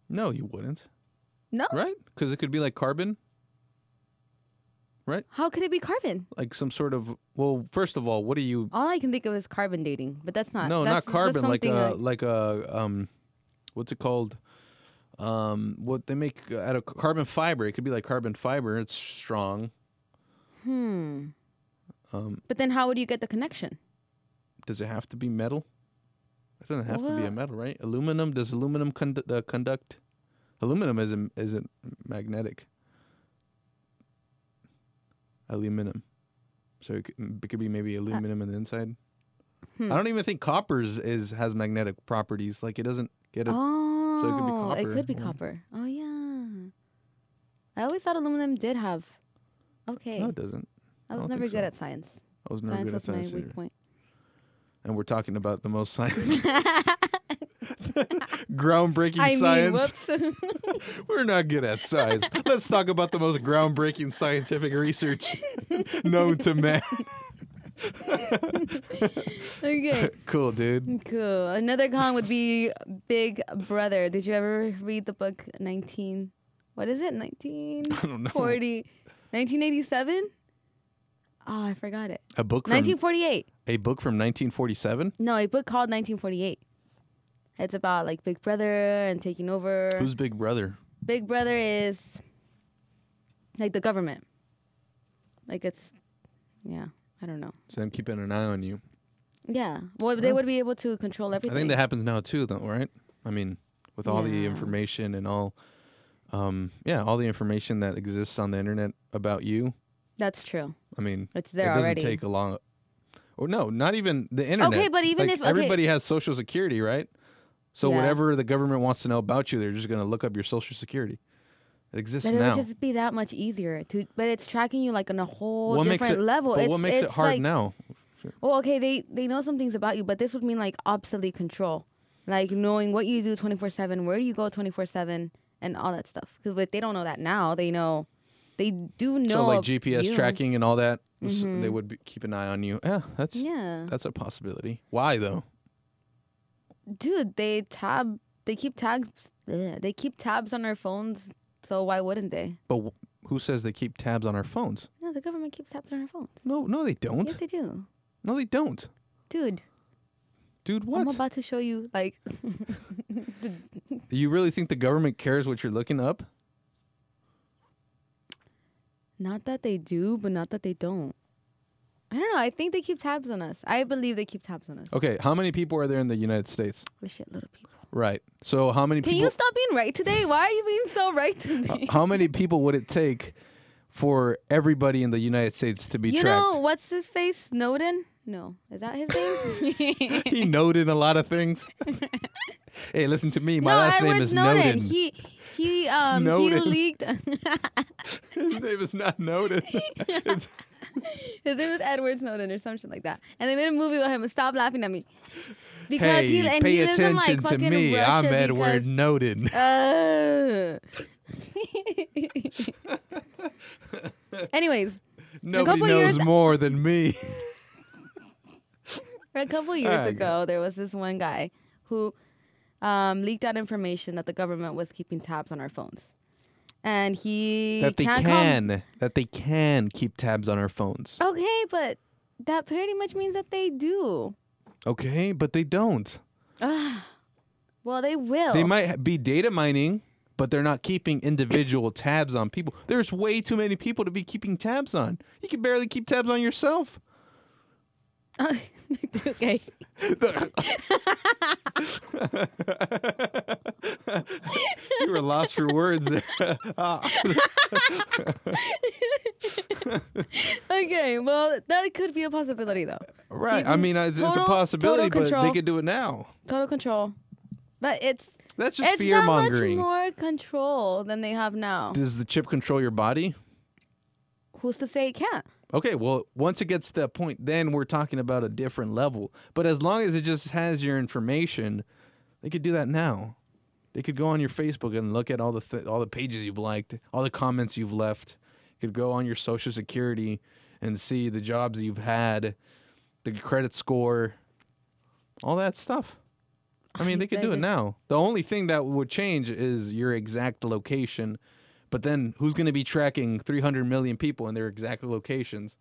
S1: No, you wouldn't.
S2: No.
S1: Right? Because it could be like carbon,
S2: How could it be carbon?
S1: like some sort of. Well, first of all, what do you?
S2: All I can think of is carbon dating, but that's not.
S1: no,
S2: Uh, that's,
S1: not carbon.
S2: That's
S1: Like uh,
S2: something
S1: a like a um, what's it called? Um, what they make out of carbon fiber. It could be like carbon fiber. It's strong.
S2: hmm.
S1: Um,
S2: But then, how would you get the connection?
S1: does it have to be metal? It doesn't have to be a
S2: Well-
S1: metal, right? Aluminum. Does aluminum condu- uh, conduct? Aluminum isn't isn't magnetic. Aluminum. So it could, it could be maybe aluminum in the inside.
S2: Uh, Hmm.
S1: I don't even think copper is, is has magnetic properties. Like it doesn't get it.
S2: oh,
S1: could be
S2: it
S1: copper,
S2: could be
S1: yeah.
S2: copper. Oh yeah. I always thought aluminum did have. Okay,
S1: No, it doesn't.
S2: I was
S1: don't
S2: never
S1: think
S2: good
S1: so.
S2: at science.
S1: I was never
S2: science
S1: good at
S2: was
S1: science.
S2: my
S1: either.
S2: weak point.
S1: And we're talking about the
S2: [laughs]
S1: most science, [laughs] groundbreaking
S2: I mean,
S1: science.
S2: whoops. [laughs]
S1: We're not good at science. Let's talk about the most groundbreaking scientific research [laughs] known to man.
S2: okay,
S1: cool, dude.
S2: cool. Another con would be Big Brother. Did you ever read the book 19? What is it? 19?
S1: I don't know.
S2: 40 1987 oh i forgot it
S1: A book from
S2: 1948
S1: a book from 1947.
S2: no a book called 1948 it's about like big brother and taking over
S1: Who's Big Brother?
S2: big brother is like the government like it's yeah i don't know
S1: So I'm keeping an eye on you.
S2: yeah well they
S1: Yeah.
S2: would be able to control
S1: I
S2: everything
S1: think that happens now too, though, right? I mean, with all the
S2: Yeah.
S1: um, [laughs] [laughs] [laughs] [laughs]
S2: [laughs] [laughs] [laughs] um, [laughs] [laughs] [laughs] Oh. [laughs] a couple years
S1: Ah,
S2: ago, there was this one guy who um, leaked out information that the government was keeping tabs on our phones, and he
S1: that they
S2: can't
S1: can,
S2: call-
S1: that they can keep tabs on our phones.
S2: okay, but that pretty much means that they do.
S1: Okay, but they don't.
S2: Ah, well, they will.
S1: They might ha- be data mining, but they're not keeping
S2: [clears throat]
S1: individual tabs on people. There's way too many people to be keeping tabs on. You can barely keep tabs on yourself.
S2: [laughs]
S1: [laughs]
S2: okay.
S1: you were lost for words there. [laughs] Ah.
S2: Okay. Well, that could be a possibility, though.
S1: right. I mean, it's, it's a
S2: Mm-hmm. Total-
S1: possibility,
S2: total
S1: but they
S2: control.
S1: could do it now.
S2: Total control, but it's
S1: That's just
S2: it's
S1: fear
S2: not
S1: mongering.
S2: much more control than they have now.
S1: Does the chip control your body?
S2: Who's to say it can't?
S1: Okay, well, once it gets to that point, then we're talking about a different level. But as long as it just has your information, they could do that now. They could go on your Facebook and look at all the th- all the pages you've liked, all the comments you've left. You could go on your social security and see the jobs you've had, the credit score, all that stuff. I mean, they could
S2: They
S1: do it
S2: just-
S1: now. The only thing that would change is your exact location. But then who's going to be tracking 300 million people in their exact locations?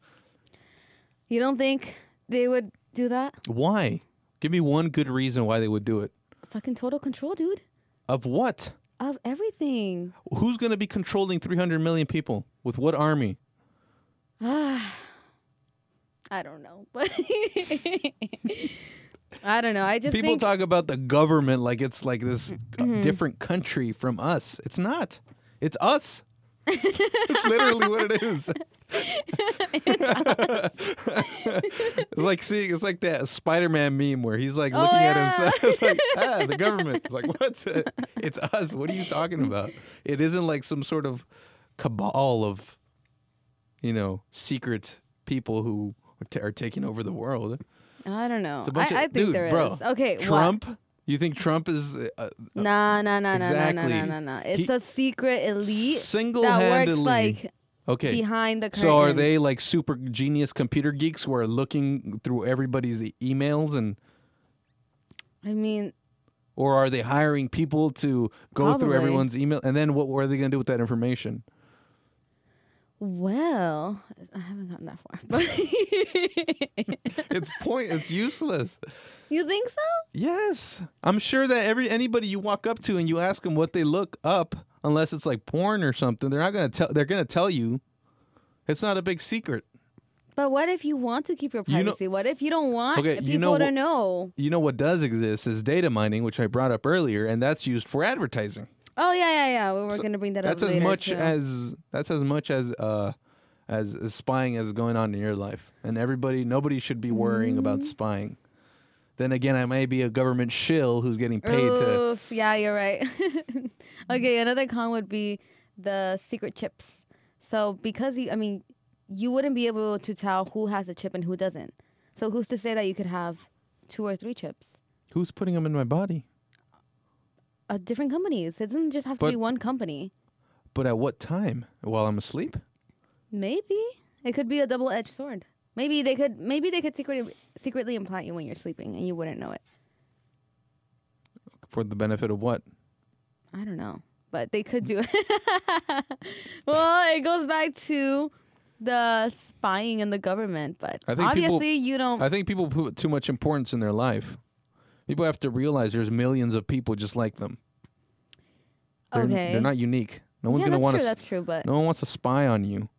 S2: You don't think they would do that?
S1: Why? Give me one good reason why they would do it.
S2: Fucking total control, dude,
S1: Of what?
S2: of [sighs] everything.
S1: Who's going to be controlling 300 million people? With what army?
S2: Ah, I don't know, but [laughs] I don't know. I just
S1: People
S2: think Mm-hmm.
S1: talk about the government like it's like this different country from us. It's not. It's us.
S2: [laughs]
S1: it's literally what it is. it's like seeing it's like that Spider-Man meme where he's like
S2: Oh,
S1: looking
S2: yeah.
S1: at himself. [laughs] It's like ah, the government. It's like what's it? It's us. What are you talking about? It isn't like some sort of cabal of you know secret people who are, ta- are taking over the world.
S2: I don't know.
S1: It's a bunch
S2: I,
S1: of
S2: I think
S1: dude,
S2: there is.
S1: bro.
S2: Okay, what?
S1: Trump. You think Trump is uh,
S2: Nah, nah, nah, nah, nah, nah, nah,
S1: Exactly.
S2: nah, nah. It's
S1: He-
S2: a secret elite that works
S1: single-handedly?
S2: like
S1: okay.
S2: behind the curtain.
S1: so are they like super genius computer geeks who are looking through everybody's e- emails and
S2: I mean,
S1: or are they hiring people to go through
S2: Probably.
S1: everyone's email and then what were they going to do with that information?
S2: [laughs] well, I haven't gotten that far. But [laughs]
S1: It's point it's useless.
S2: you think so?
S1: Yes. I'm sure that every anybody you walk up to and you ask them what they look up unless it's like porn or something, they're not going to tell they're going to tell you. It's not a big secret.
S2: But what if you want to keep your
S1: You know-
S2: privacy? what if you don't want
S1: Okay, you
S2: people
S1: know
S2: to
S1: what-
S2: know?
S1: You know what does exist is data mining, which I brought up earlier, and that's used for advertising.
S2: Oh yeah, yeah, yeah. We were gonna bring that
S1: that's
S2: up.
S1: as
S2: later,
S1: much
S2: too.
S1: as that's as much as uh as, as spying as going on in your life and everybody nobody should be worrying about
S2: Mm-hmm.
S1: spying then again i may be a government shill who's getting paid to
S2: Oof, yeah, you're right. [laughs] okay, another con would be the secret chips. So because you, I mean, you wouldn't be able to tell who has a chip and who doesn't. So who's to say that you could have two or three chips?
S1: who's putting them in my body
S2: Uh, different companies. It doesn't just have to
S1: But-
S2: be one company.
S1: but at what time while i'm asleep
S2: Maybe it could be a double-edged sword. Maybe they could. Maybe they could secretly secretly implant you when you're sleeping and you wouldn't know it.
S1: for the benefit of what
S2: I don't know, but they could do [laughs] it. well, it goes back to the spying in the government, but
S1: I think
S2: obviously
S1: people-
S2: you don't.
S1: i think people put too much importance in their life people have to realize there's millions of people just like them they're,
S2: okay.
S1: they're not unique no one's
S2: yeah,
S1: gonna
S2: that's
S1: want
S2: true.
S1: to
S2: That's true, but
S1: no one wants to spy on you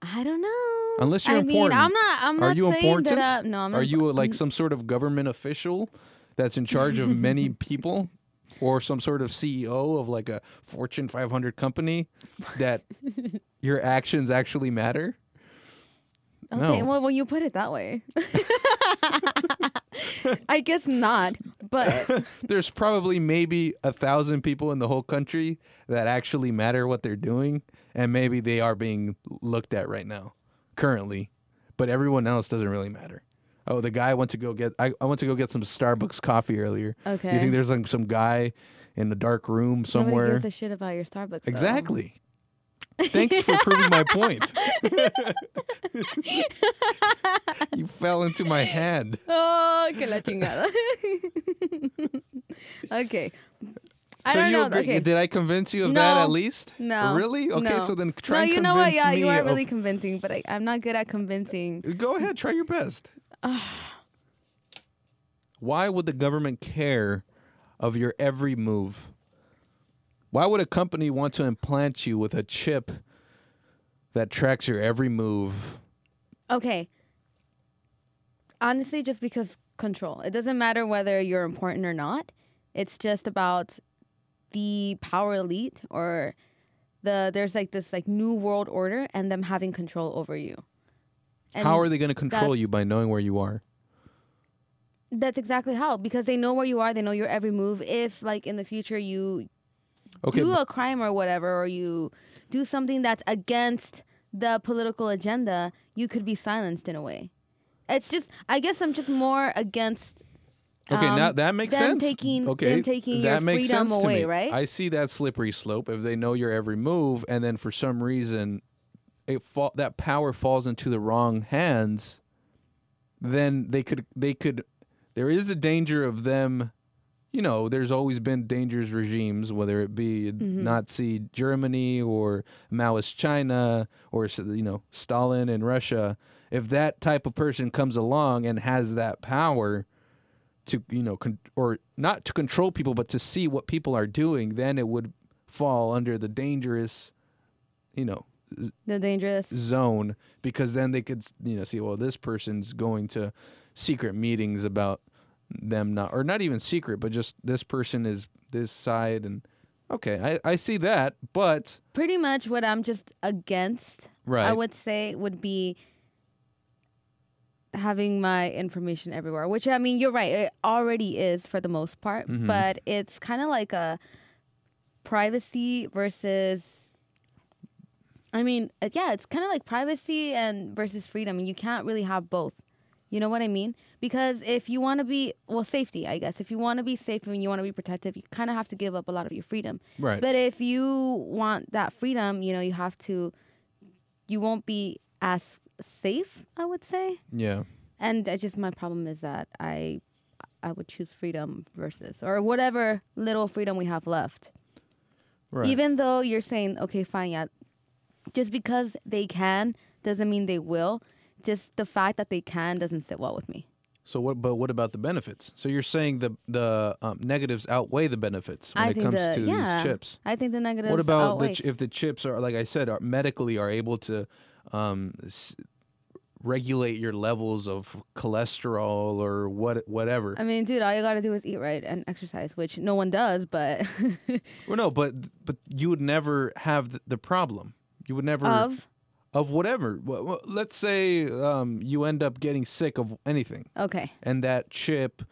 S2: I don't know.
S1: Unless you're
S2: I mean,
S1: important.
S2: I'm not. I'm
S1: Are
S2: not
S1: you
S2: saying
S1: important?
S2: that. I, no, I'm.
S1: Are
S2: not-
S1: you like some sort of government official that's in charge of
S2: [laughs]
S1: many people or some sort of CEO of like a Fortune 500 company
S2: [laughs]
S1: that your actions actually matter?
S2: Okay.
S1: no.
S2: Well, when you put it that way, [laughs] I guess not. But
S1: There's probably maybe a thousand people in the whole country that actually matter what they're doing, and maybe they are being looked at right now, currently, but everyone else doesn't really matter. Oh, the guy went to go get I, I went to go get some Starbucks coffee earlier. You
S2: okay.
S1: think there's like some guy in a dark room [laughs]
S2: Nobody
S1: somewhere?
S2: gives a shit about your Starbucks. though.
S1: Exactly. Thanks for proving my
S2: [laughs]
S1: point. [laughs] you fell into my hand.
S2: Oh, que la chingada. [laughs] okay. I
S1: so
S2: don't
S1: you
S2: know.
S1: agree?
S2: Okay.
S1: Did I convince you of that
S2: No.
S1: at least?
S2: No.
S1: Really? Okay.
S2: no.
S1: So then try
S2: No,
S1: and
S2: you know
S1: convince
S2: what? Yeah,
S1: me.
S2: you are
S1: of-
S2: really convincing, but I, I'm not good at convincing.
S1: [laughs] Go ahead. Try your
S2: [sighs]
S1: best. Why would the government care of your every move? Why would a company want to implant you with a chip that tracks your every move?
S2: Okay. Honestly, just because control. It doesn't matter whether you're important or not. It's just about the power elite or the there's like this like new world order and them having control over you. And
S1: How are they going to control
S2: that's-
S1: you by knowing where you are?
S2: that's exactly how because they know where you are, they know your every move. If like in the future you
S1: Okay.
S2: do
S1: but-
S2: a crime or whatever or you do something that's against the political agenda, you could be silenced in a way. It's just I guess I'm just more against
S1: Okay, now
S2: um,
S1: that makes
S2: them
S1: sense.
S2: taking-
S1: okay,
S2: them taking
S1: that
S2: your
S1: makes
S2: freedom
S1: sense to
S2: away,
S1: me.
S2: right?
S1: I see that slippery slope. If they know your every move, and then for some reason, it fa- that power falls into the wrong hands, then they could they could. There is a danger of them. You know, there's always been dangerous regimes, whether it be
S2: Mm-hmm.
S1: Nazi Germany or Maoist China or s- you know Stalin in Russia. If that type of person comes along and has that power, to you know con- or not to control people but to see what people are doing then it would fall under the dangerous you know
S2: the dangerous
S1: zone because then they could you know see well this person's going to secret meetings about them not or not even secret but just this person is this side and okay i, I see that but
S2: pretty much what I'm just against,
S1: right
S2: I would say, would be having my information everywhere, which I mean, you're right, it already is for the most part, but it's kind of like a privacy versus. I mean, uh, yeah, it's kind of like privacy and versus freedom. You can't really have both. You know what I mean? Because if you want to be, well, safety, I guess. If you want to be safe and you want to be protective, you kind of have to give up a lot of your freedom.
S1: right
S2: But if you want that freedom, you know, you have to, you won't be as safe, I would say.
S1: yeah
S2: And that's just my problem is that I, I would choose freedom versus or whatever little freedom we have left.
S1: right
S2: Even though you're saying, okay, fine, yeah, just because they can doesn't mean they will. Just the fact that they can doesn't sit well with me.
S1: so what but what about the benefits so you're saying the the um, negatives outweigh the benefits when
S2: I
S1: it
S2: think
S1: comes
S2: the-
S1: to
S2: yeah.
S1: these chips
S2: I think the negatives.
S1: What about the
S2: outweigh.
S1: ch- if the chips are like I said are medically are able to um, s- regulate your levels of cholesterol or what whatever?
S2: I mean, dude, all you gotta do is eat right and exercise, which no one does, but [laughs]
S1: well, no, but but you would never have th- the problem. You would never
S2: of
S1: of whatever. Wh- wh- Let's say um, you end up getting sick of anything,
S2: okay.
S1: and that chip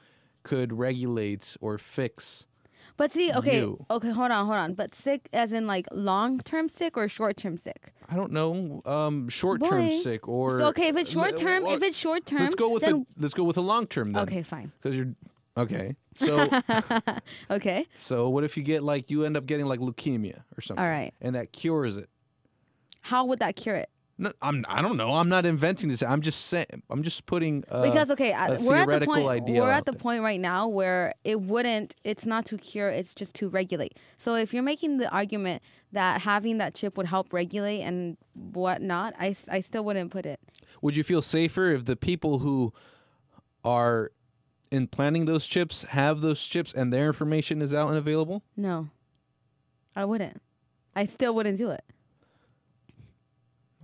S1: could regulate or fix.
S2: But see, okay,
S1: you.
S2: okay, hold on, hold on. But sick, as in like long term sick or short term sick.
S1: I don't know, um, short term
S2: Boy.
S1: sick or
S2: So okay, if it's
S1: Le-
S2: short term,
S1: well,
S2: if it's short term,
S1: let's go with
S2: then,
S1: a, let's go with a long term then.
S2: okay, fine, [laughs]
S1: Because you're okay. So
S2: okay,
S1: so what if you get like you end up getting like leukemia or something?
S2: all right.
S1: And that cures it.
S2: How would that cure it?
S1: No, I'm I don't know. I'm not inventing this. I'm just saying. I'm just putting. Uh,
S2: Because okay, I,
S1: a
S2: we're at the
S1: theoretical
S2: point
S1: idea
S2: we're
S1: out
S2: at the
S1: there.
S2: point right now where it wouldn't. It's not to cure. It's just to regulate. So if you're making the argument that having that chip would help regulate and whatnot, I, s- I still wouldn't put it.
S1: would you feel safer if the people who are implanting those chips have those chips and their information is out and available?
S2: No, I wouldn't. I still wouldn't do it.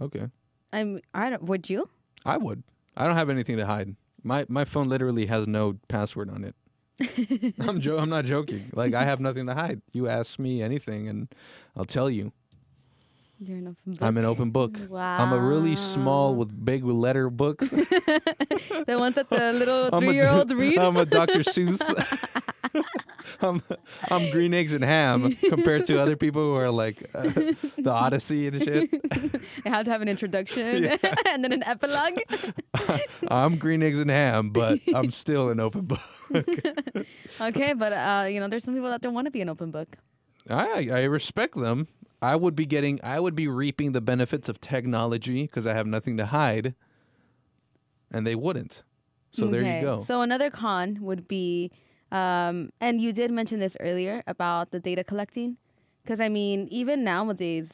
S1: Okay.
S2: I'm. I don't. Would you?
S1: I would. I don't have anything to hide. My my phone literally has no password on it.
S2: [laughs]
S1: I'm jo- I'm not joking. Like I have nothing to hide. You ask me anything and I'll tell you.
S2: You're enough.
S1: I'm an open book. I'm a really small
S2: Wow.
S1: with big letter books.
S2: [laughs] The ones that the little
S1: [laughs] I'm a- Um,
S2: three year
S1: [laughs]
S2: old read.
S1: I'm a Dr. Seuss.
S2: [laughs]
S1: [laughs] I'm I'm green eggs and ham compared to other people who are like uh, the Odyssey and shit.
S2: I have to have an
S1: [laughs]
S2: introduction
S1: Yeah.
S2: [laughs] and then an epilogue.
S1: I'm green eggs and ham, but I'm still an open book. [laughs]
S2: Okay, but uh, you know, there's some people that don't want to be an open book.
S1: I I respect them. I would be getting, I would be reaping the benefits of technology because I have nothing to hide, and they wouldn't. So there you
S2: Okay.
S1: go.
S2: So another con would be, um, and you did mention this earlier about the data collecting, because I mean, even nowadays,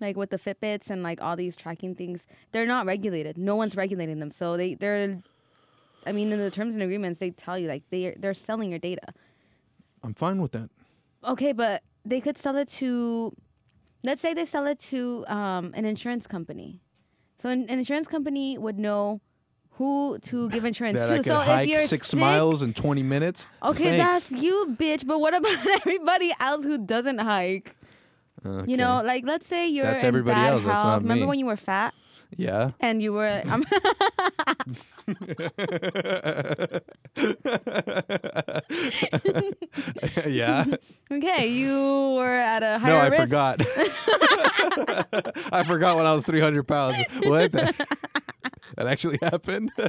S2: like with the Fitbits and like all these tracking things, they're not regulated. No one's regulating them, so they they're, I mean, in the terms and agreements, they tell you like they they're selling your data.
S1: I'm fine with that.
S2: Okay, but they could sell it to, let's say they sell it to um, an insurance company. So an, an insurance company would know who to give insurance
S1: That
S2: to.
S1: I could
S2: so
S1: hike
S2: if you're
S1: six
S2: sick-
S1: miles in 20 minutes.
S2: Okay,
S1: Thanks.
S2: that's you, bitch. But what [laughs] about everybody else who doesn't hike?
S1: Okay.
S2: You know, like let's say you're
S1: That's
S2: in
S1: everybody
S2: bad
S1: else,
S2: health.
S1: that's not
S2: Remember
S1: me.
S2: when you were fat
S1: Yeah.
S2: and you were? I'm,
S1: [laughs]
S2: [laughs] [laughs]
S1: yeah.
S2: okay, you were at a higher
S1: No, I
S2: risk.
S1: forgot. [laughs] I forgot when I was 300 pounds. What? the- that actually happened? [laughs] All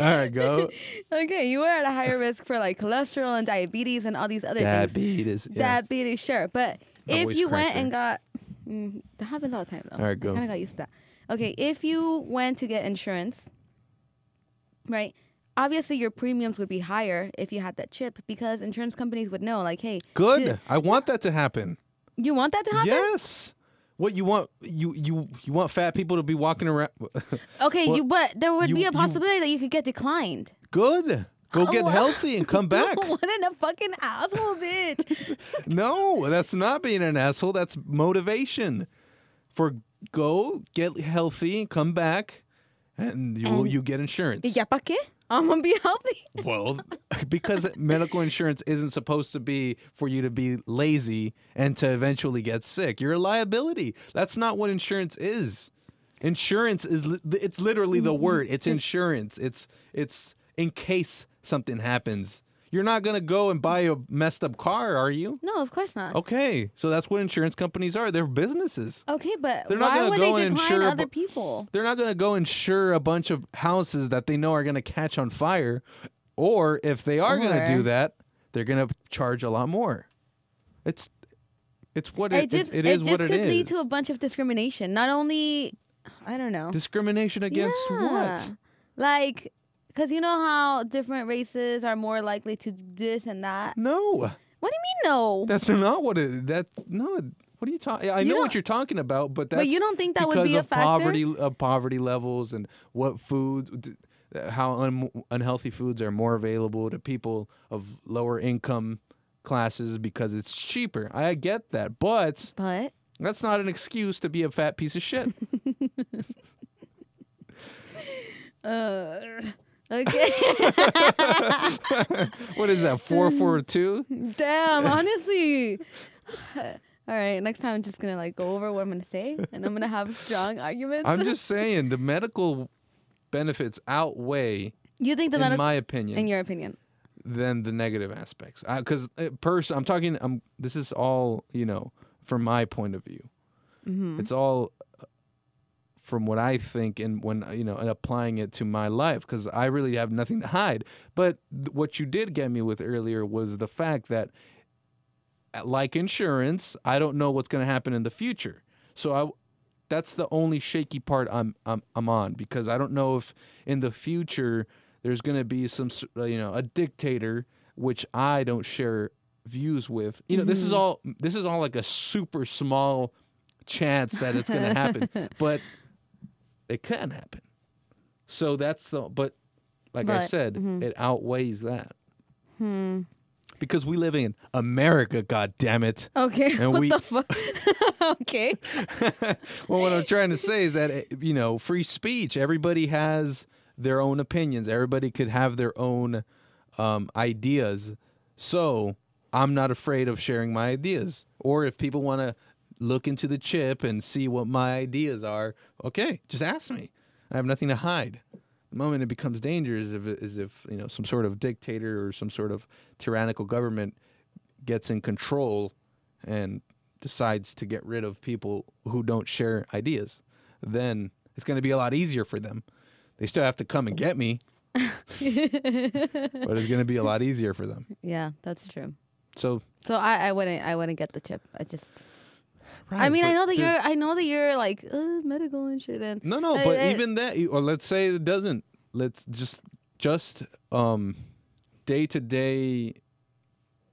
S1: right,
S2: [laughs]
S1: go.
S2: Okay, you were at a higher risk for like cholesterol and diabetes and all these other things.
S1: Diabetes. Yeah.
S2: Diabetes, sure. But
S1: My
S2: if
S1: voice
S2: you
S1: cracked
S2: went and got, mm, that happens all the time though.
S1: All right, go.
S2: I kind of got used to that. Okay, if you went to get insurance, right? Obviously, your premiums would be higher if you had that chip because insurance companies would know, like, hey,
S1: Good.
S2: you-
S1: I want that to happen.
S2: you want that to happen?
S1: Yes. What you want you you you want fat people to be walking around [laughs]
S2: Okay,
S1: Well,
S2: you but there would
S1: you-
S2: be a
S1: you-
S2: possibility that you could get declined.
S1: Good. Go get
S2: Oh,
S1: healthy and [laughs]
S2: [laughs]
S1: come back.
S2: what in a fucking asshole, bitch!
S1: [laughs] No, that's not being an asshole. That's motivation. For go get healthy and come back, and you
S2: And-
S1: you get insurance.
S2: yeah, pa qué? I'm gonna be healthy.
S1: [laughs]
S2: [laughs]
S1: Well, because medical insurance isn't supposed to be for you to be lazy and to eventually get sick. You're a liability. That's not what insurance is. Insurance is li- it's literally the
S2: Mm-hmm.
S1: word. It's insurance. It's it's in case something happens. You're not going to go and buy a messed up car, are you?
S2: No, of course not.
S1: Okay, so that's what insurance companies are. They're businesses.
S2: Okay, but
S1: They're not
S2: why
S1: gonna
S2: would
S1: go
S2: they
S1: and
S2: decline
S1: insure a
S2: other
S1: bu-
S2: people?
S1: They're not going to go insure a bunch of houses that they know are going to catch on fire. Or if they are going to
S2: Or-
S1: do that, they're going to charge a lot more. It's it's what it,
S2: it just
S1: it, it is
S2: just
S1: what
S2: could
S1: it is.
S2: lead to a bunch of discrimination. Not only, I don't know,
S1: Discrimination against
S2: Yeah.
S1: what?
S2: Like, cause you know how different races are more likely to do this and that.
S1: No.
S2: What do you mean no?
S1: That's not what it that's no what are you talking? I
S2: You
S1: know what
S2: don't-
S1: you're talking about, but that's
S2: but you don't think that
S1: because
S2: would be a
S1: of
S2: factor?
S1: poverty of poverty levels and what foods d- how un, unhealthy foods are more available to people of lower income classes because it's cheaper. I get that, but
S2: But
S1: that's not an excuse to be a fat piece of
S2: [laughs]
S1: shit. [laughs]
S2: uh, okay, [laughs]
S1: what is
S2: Mm.
S1: that? 442?
S2: damn. Honestly. [sighs] All right, next time I'm just gonna like go over what I'm gonna say, and I'm gonna have strong arguments.
S1: I'm
S2: [laughs]
S1: just saying the medical benefits outweigh
S2: you think the
S1: in
S2: medical,
S1: my opinion
S2: in your opinion?
S1: than the negative aspects. Because person, I'm talking. I'm. This is all you know from my point of view.
S2: Mm-hmm.
S1: It's all uh, from what I think and when uh, you know and applying it to my life because I really have nothing to hide. But th- what you did get me with earlier was the fact that, uh, like insurance, I don't know what's going to happen in the future. So I. That's the only shaky part I'm I'm I'm on because I don't know if in the future there's going to be some s- uh, you know a dictator which i don't share views with you know this is all this is all like a super small chance that it's going to happen but it can happen so that's the but like i
S2: But,
S1: said it outweighs that because we live in america god damn it
S2: Okay,
S1: And
S2: [laughs] what
S1: we-
S2: the fuck? okay,
S1: well, what I'm trying to say is that eh, you know, free speech. Everybody has their own opinions. Everybody could have their own um, ideas. So I'm not afraid of sharing my ideas. Or if people want to look into the chip and see what my ideas are, okay, just ask me. I have nothing to hide. The moment it becomes dangerous is if, is if you know some sort of dictator or some sort of tyrannical government gets in control and decides to get rid of people who don't share ideas, then it's going to be a lot easier for them. They still have to come and get me,
S2: [laughs]
S1: but it's going to be a lot easier for them.
S2: yeah, that's true.
S1: So
S2: So I, I wouldn't I wouldn't get the chip. I just I mean,
S1: but
S2: I know that
S1: there's-
S2: you're, I know that you're like uh, medical and shit, and
S1: No, no,
S2: I-
S1: but
S2: I-
S1: even that, or let's say it doesn't. Let's just just um day to day,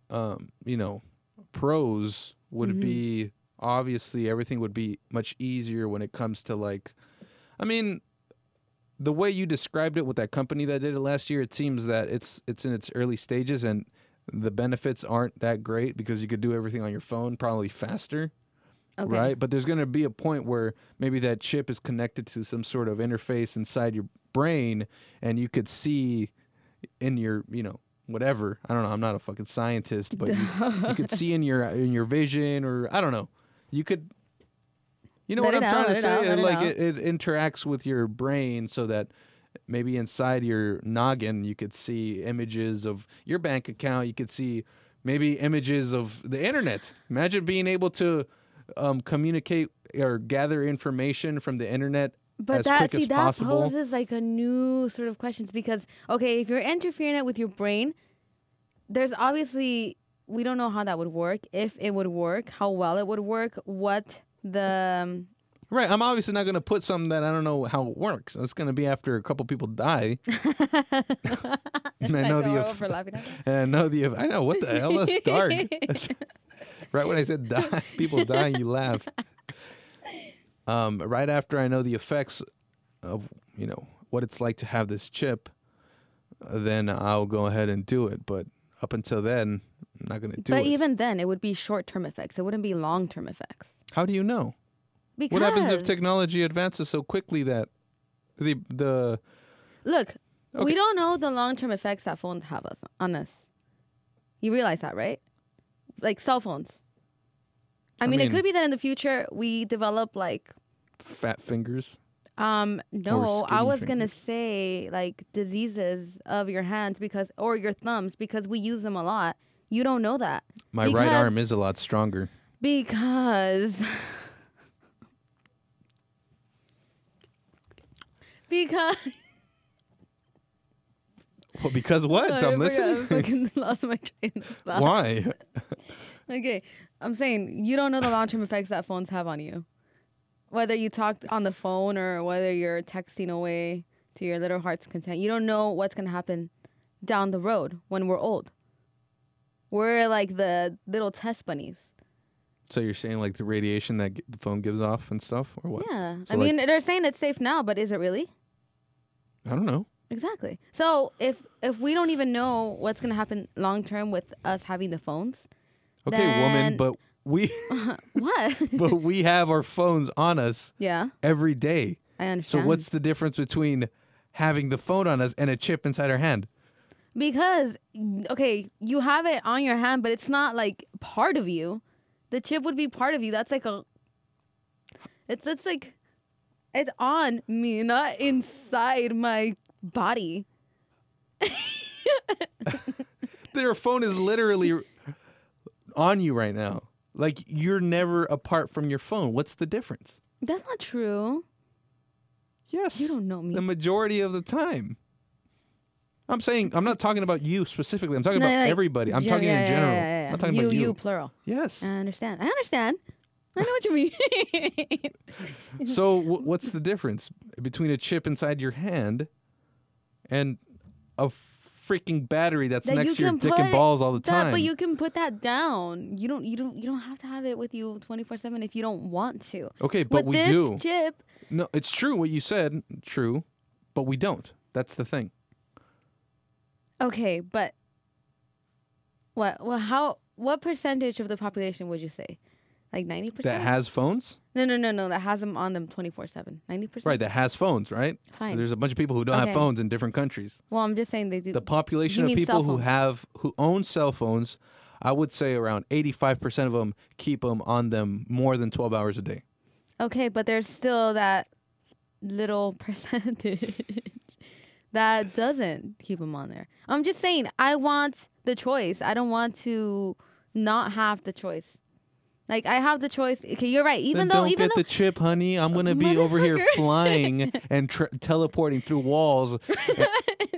S1: um you know, pros would
S2: Mhm.
S1: be obviously everything would be much easier when it comes to like, I mean, the way you described it with that company that did it last year, it seems that it's it's in its early stages and the benefits aren't that great because you could do everything on your phone probably faster
S2: okay,
S1: right? But there's going to be a point where maybe that chip is connected to some sort of interface inside your brain, and you could see in your, you know, whatever. I don't know. I'm not a fucking scientist, but you, you could see in your in your vision, or I don't know. You could, you know,
S2: Let
S1: what
S2: it
S1: I'm
S2: out,
S1: trying
S2: let
S1: to
S2: it
S1: say.
S2: out, let
S1: and
S2: it
S1: like
S2: out.
S1: it, it interacts with your brain so that maybe inside your noggin you could see images of your bank account you could see maybe images of the internet imagine being able to um, communicate or gather information from the internet
S2: but
S1: as
S2: that
S1: quick
S2: see
S1: as
S2: that
S1: possible
S2: poses like a new sort of questions because okay, if you're interfering it with your brain, there's obviously we don't know how that would work, if it would work, how well it would work, what the um,
S1: right i'm obviously not going to put something that i don't know how it works it's going to be after a couple people die
S2: [laughs]
S1: and i know
S2: like,
S1: the
S2: oh,
S1: eff-
S2: for laughing at that.
S1: and i know the eff- i know what the hell that's
S2: [laughs]
S1: dark That's- right when i said die people die you laugh um, right after i know the effects of you know what it's like to have this chip then i'll go ahead and do it but up until then i'm not going to do
S2: but
S1: it
S2: even then, it would be short-term effects. It wouldn't be long-term effects.
S1: how do you know
S2: Because
S1: What happens if technology advances so quickly that the the
S2: Look,
S1: Okay.
S2: we don't know the long term effects that phones have us on us. You realize that, right? Like cell phones. I,
S1: I
S2: mean,
S1: mean-
S2: it could be that in the future we develop like
S1: fat fingers?
S2: um no, I
S1: skinny
S2: was gonna say like diseases of your hands because or your thumbs because we use them a lot. You don't know that
S1: My right
S2: Because-
S1: arm is a lot stronger.
S2: because [laughs] because [laughs]
S1: Well, because what?
S2: Sorry,
S1: I'm
S2: Oh, I forgot- I
S1: listening.
S2: fucking [laughs] lost my train of thought.
S1: Why?
S2: Okay, I'm saying you don't know the long term effects that phones have on you. Whether you talk on the phone or whether you're texting away to your little heart's content, you don't know what's gonna happen down the road when we're old. We're like the little test bunnies.
S1: So you're saying like the radiation that g- the phone gives off and stuff, or what?
S2: Yeah,
S1: So,
S2: I
S1: like-
S2: mean they're saying it's safe now, but is it really?
S1: I don't know.
S2: Exactly. So if if we don't even know what's gonna happen long term with us having the phones, [laughs]
S1: Okay, woman,
S2: Then-
S1: but
S2: [laughs]
S1: we [laughs]
S2: what?
S1: but we have our phones on us
S2: [laughs] yeah,
S1: every day. So
S2: I understand.
S1: what's the difference between having the phone on us and a chip inside our hand?
S2: Because okay, you have it on your hand, but it's not like part of you. The chip would be part of you. That's like a. It's that's like, it's on me, not inside my body.
S1: Their phone is literally
S2: [laughs]
S1: on you right now. Like you're never apart from your phone. What's the difference?
S2: That's not true.
S1: Yes.
S2: You don't know me.
S1: the majority of the time. I'm saying I'm not talking about you specifically. I'm talking
S2: No,
S1: about
S2: like-
S1: everybody. I'm
S2: Yeah,
S1: talking in
S2: yeah, yeah,
S1: general.
S2: yeah, yeah, yeah.
S1: I'm not talking
S2: you,
S1: about you.
S2: You plural. I
S1: Yes.
S2: understand. I understand. I know what you mean. [laughs]
S1: So w- what's the difference between a chip inside your hand and a freaking battery that's
S2: That
S1: next
S2: you
S1: to your
S2: can
S1: dick and
S2: put
S1: balls all the
S2: [laughs] That-
S1: time?
S2: but you can put that down. You don't. You don't. You don't have to have it with you twenty four seven if you don't want to.
S1: okay, but
S2: with
S1: we
S2: this
S1: do.
S2: chip,
S1: No, it's true what you said, true, but we don't. That's the thing.
S2: Okay, but what? Well, how? What percentage of the population would you say? Like ninety
S1: That
S2: percent?
S1: has phones?
S2: no, no, no, no. That has them on them twenty four seven. Ninety percent.
S1: Right, that has phones, right?
S2: Fine.
S1: There's a bunch of people who don't have
S2: Okay.
S1: phones in different countries.
S2: well, I'm just saying they do.
S1: the population
S2: You
S1: of
S2: mean
S1: people
S2: cell
S1: who
S2: phones.
S1: have who own cell phones, I would say around 85% of them keep them on them more than 12 hours a day.
S2: okay, but there's still that little [laughs] percentage that doesn't keep them on there. I'm just saying. I want the choice. I don't want to not have the choice. Like I have the choice. Okay, you're right.
S1: then
S2: Even though,
S1: don't
S2: even
S1: get
S2: though
S1: the chip, honey. I'm gonna be over here
S2: Motherfucker. [laughs]
S1: flying and tr teleporting through walls, and,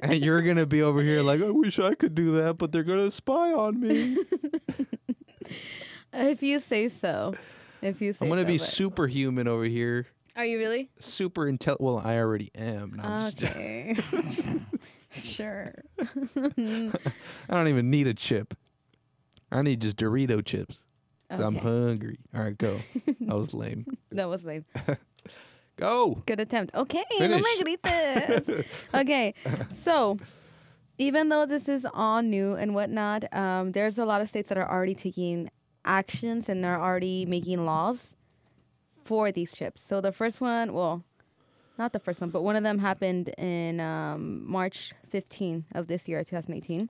S1: and you're gonna be over here like, I wish I could do that,
S2: [laughs]
S1: but they're gonna spy on me.
S2: If you say so. If you say
S1: I'm gonna
S2: so,
S1: be
S2: but-
S1: superhuman over here.
S2: Are you really?
S1: Super intel. Well, I already am. No, I'm just-
S2: Okay.
S1: [laughs]
S2: sure.
S1: I don't even need a chip. I need just Dorito chips. 'cause I'm
S2: Okay.
S1: hungry. All right,
S2: [laughs]
S1: go. I was lame.
S2: That was lame.
S1: Go.
S2: Good attempt. Okay, no
S1: Finish.
S2: me
S1: [laughs]
S2: grites. okay, so even though this is all new and whatnot, um, there's a lot of states that are already taking actions and they're already making laws for these chips. So the first one, well, not the first one, but one of them happened in um, March 15 of this year, 2018.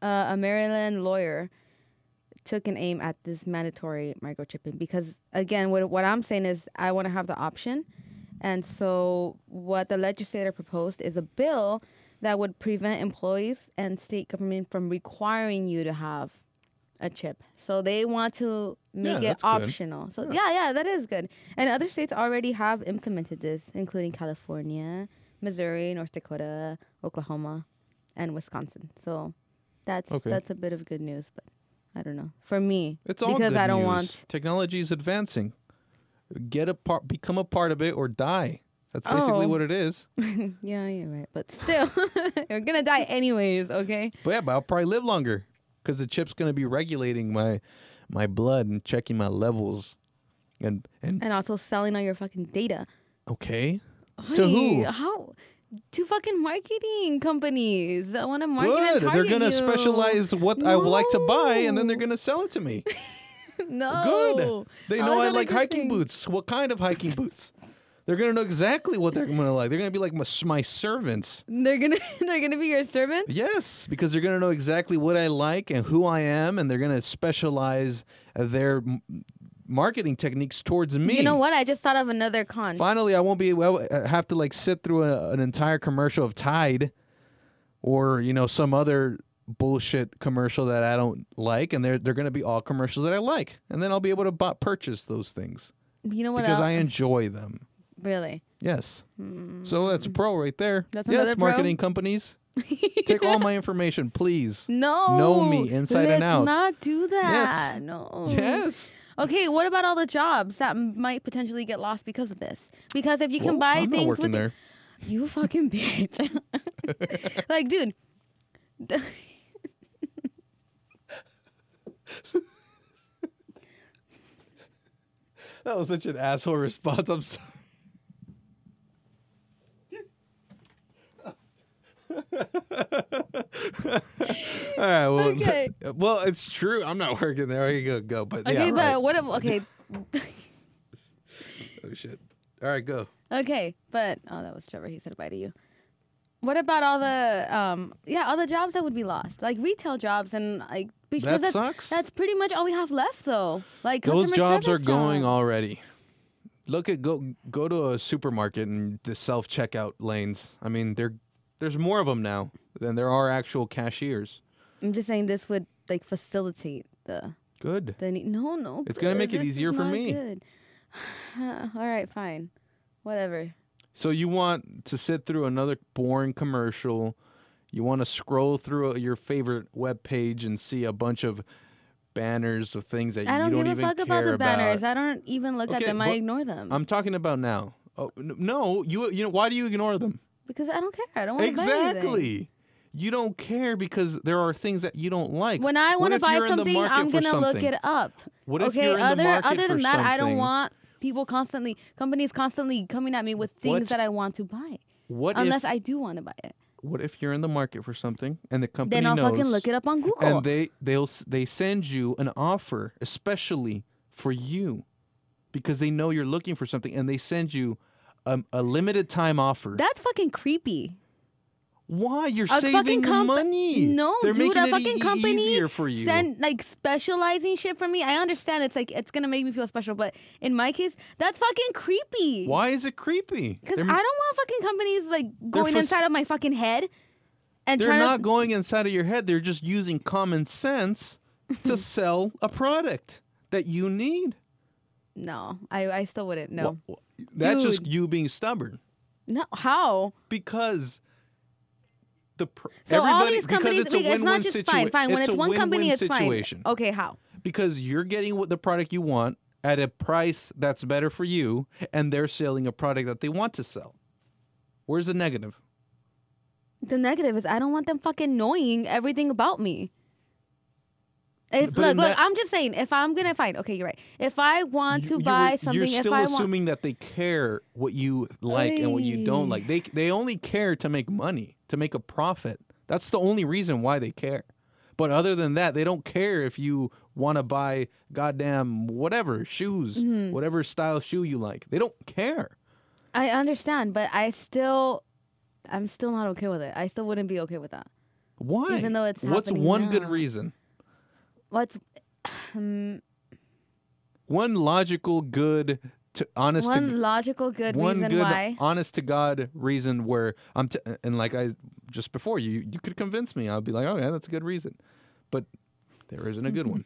S2: Uh, a Maryland lawyer took an aim at this mandatory microchipping because again what, what i'm saying is i want to have the option and so what the legislator proposed is a bill that would prevent employees and state government from requiring you to have a chip so they want to make
S1: Yeah,
S2: it
S1: that's good.
S2: optional so yeah. yeah that is good and other states already have implemented this including california missouri north dakota oklahoma and wisconsin so that's
S1: Okay.
S2: that's a bit of good news but I don't know. For me,
S1: It's all
S2: because
S1: good
S2: I don't
S1: news.
S2: want.
S1: technology is advancing. Get a part, become a part of it, or die. That's basically
S2: Oh.
S1: what it is.
S2: [laughs] Yeah, you're right. But still, [laughs] you're gonna die anyways. Okay.
S1: But yeah, but I'll probably live longer because the chip's gonna be regulating my my blood and checking my levels. And and
S2: And also selling all your fucking data.
S1: okay, to
S2: Honey,
S1: who?
S2: How? To fucking marketing companies that want to market and
S1: Good. They're
S2: target
S1: gonna
S2: you.
S1: specialize what I would like to buy, and then they're
S2: No.
S1: gonna sell it to me.
S2: [laughs] No.
S1: Good. They
S2: Oh,
S1: know I
S2: that's not a
S1: like
S2: good
S1: hiking
S2: thing.
S1: boots. What kind of hiking boots? They're gonna know exactly what they're gonna like. They're gonna be like my, my servants.
S2: They're gonna [laughs] they're gonna be your servants.
S1: Yes, because they're gonna know exactly what I like and who I am, and they're gonna specialize uh, their m- marketing techniques towards me.
S2: You know what? I just thought of another con.
S1: Finally, I won't be well, uh, have to like sit through a, an entire commercial of Tide, or you know some other bullshit commercial that I don't like, and they're they're gonna be all commercials that I like, and then I'll be able to bu purchase those things
S2: You know what
S1: because
S2: else?
S1: I enjoy them.
S2: really.
S1: Yes. So that's a pro right there.
S2: Hmm. That's
S1: yes,
S2: another pro?
S1: marketing
S2: [laughs]
S1: companies. Take all my information, please.
S2: No.
S1: Know me inside and
S2: let's
S1: out.
S2: Not do that. No.
S1: Yes.
S2: Okay, what about all the jobs that m- might potentially get lost because of this? Because if you
S1: Well,
S2: can buy
S1: I'm
S2: things
S1: not working
S2: with
S1: there.
S2: you fucking bitch.
S1: [laughs]
S2: like, dude. th-
S1: That was such an asshole response. I'm sorry. [laughs] All right. Well,
S2: Okay.
S1: [laughs] well, it's true. I'm not working there. I go go, but
S2: Okay,
S1: yeah,
S2: but
S1: right.
S2: what if okay
S1: Oh shit. All right, go.
S2: okay, but oh that was Trevor, he said bye to you. What about all the um yeah, all the jobs that would be lost? Like retail jobs and like because
S1: That
S2: that's,
S1: sucks.
S2: that's pretty much all we have left though. Like
S1: Those
S2: customer
S1: jobs are
S2: service
S1: going
S2: jobs.
S1: already. Look at go go to a supermarket and the self checkout lanes. I mean, there there's more of them now than there are actual cashiers.
S2: I'm just saying this would like facilitate the
S1: Good.
S2: Then he- no, no.
S1: It's gonna
S2: good.
S1: make it
S2: This is
S1: easier for
S2: not
S1: me.
S2: good. [sighs] All right, fine, whatever.
S1: So you want to sit through another boring commercial. You want to scroll through your favorite web page and see a bunch of banners of things that
S2: I don't,
S1: you don't
S2: give a
S1: even
S2: fuck
S1: care
S2: about the banners.
S1: about.
S2: I don't even look
S1: Okay,
S2: at them. I
S1: but
S2: ignore them
S1: I'm talking about now. Oh, n- no, you you know why do you ignore them?
S2: because I don't care. I don't want to buy anything.
S1: Exactly. You don't care because there are things that you don't like.
S2: When I
S1: What
S2: want to
S1: if
S2: buy
S1: you're in the
S2: something,
S1: market
S2: I'm
S1: for
S2: gonna look
S1: something?
S2: it up.
S1: What if
S2: okay.
S1: you're in the
S2: other
S1: market
S2: other
S1: for
S2: than that, I don't
S1: something?
S2: want people constantly, companies constantly coming at me with things
S1: What-
S2: that I want to buy,
S1: What
S2: unless
S1: if
S2: I do want to buy it.
S1: what if you're in the market for something and the company
S2: Then I'll
S1: knows
S2: fucking look it up on Google.
S1: and they they'll s- they send you an offer especially for you because they know you're looking for something and they send you a, a limited time offer.
S2: That's fucking creepy.
S1: Why you're
S2: a
S1: saving
S2: fucking comp-
S1: money?
S2: No,
S1: They're
S2: dude,
S1: making
S2: a
S1: it
S2: fucking
S1: e-
S2: company
S1: easier for you.
S2: send like specializing shit for me. I understand it's like it's gonna make me feel special, but in my case, that's fucking creepy.
S1: Why is it creepy?
S2: Because I
S1: They're-
S2: don't want fucking companies like going
S1: fac-
S2: inside of my fucking head and
S1: They're
S2: trying
S1: not
S2: to.
S1: going inside of your head. They're just using common sense
S2: [laughs]
S1: to sell a product that you need.
S2: No, I I still wouldn't. No,
S1: Wha- wha- That's just
S2: Dude.
S1: you being stubborn
S2: no. How?
S1: because the pr-
S2: So
S1: everybody
S2: all these companies,
S1: because it's a
S2: it's
S1: win-win
S2: not just
S1: situation.
S2: fine. Oh. Fine, when
S1: it's
S2: it's
S1: a
S2: one
S1: win-win
S2: company, it's
S1: situation
S2: fine. Okay, how?
S1: because you're getting what the product you want at a price that's better for you, and they're selling a product that they want to sell. Where's the negative?
S2: The negative is I don't want them fucking knowing everything about me. If
S1: But
S2: look,
S1: in
S2: look,
S1: that-
S2: I'm just saying. If I'm gonna find, okay, you're right. If I want
S1: You-
S2: to
S1: you
S2: buy
S1: were-
S2: something,
S1: You're still
S2: if I want,
S1: assuming that they care what you like and what you don't
S2: Ay.
S1: like. They they only care to make money, to make a profit. That's the only reason why they care. But other than that, they don't care if you want to buy goddamn whatever shoes,
S2: Mm-hmm.
S1: whatever style shoe you like. They don't care.
S2: I understand, but I still, I'm still not okay with it. I still wouldn't be okay with that.
S1: Why?
S2: Even though it's
S1: what's
S2: happening
S1: one good
S2: now.
S1: reason?
S2: What's [sighs] um,
S1: One logical good to honest to
S2: one logical good
S1: one
S2: reason
S1: good
S2: why?
S1: honest to god reason where i'm t- and like i just before you you could convince me i'll be like oh yeah that's a good reason but there isn't a good
S2: [laughs]
S1: one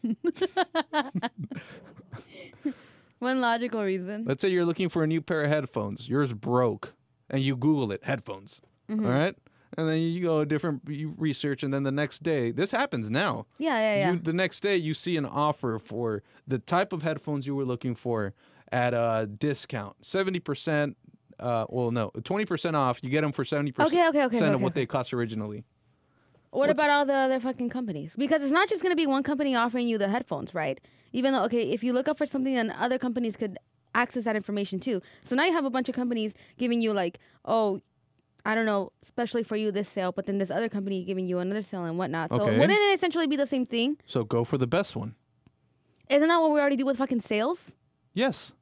S2: One logical reason.
S1: let's say you're looking for a new pair of headphones yours broke and you google it headphones
S2: Mm-hmm.
S1: all right and then you go a different you research and then the next day this happens now
S2: Yeah, yeah, yeah.
S1: you, the next day you see an offer for the type of headphones you were looking for at a discount 70% uh, well no 20% off you get them for 70%
S2: Okay, okay, okay,
S1: of
S2: okay,
S1: what they cost originally
S2: What about all the other fucking companies? Because it's not just going to be one company offering you the headphones, right? Even though, okay, if you look up for something, then other companies could access that information too. So now you have a bunch of companies giving you, like, oh, I don't know, especially for you, this sale, but then this other company giving you another sale and whatnot. So
S1: Okay.
S2: wouldn't it essentially be the same thing?
S1: so go for the best one
S2: Isn't that what we already do with fucking sales?
S1: yes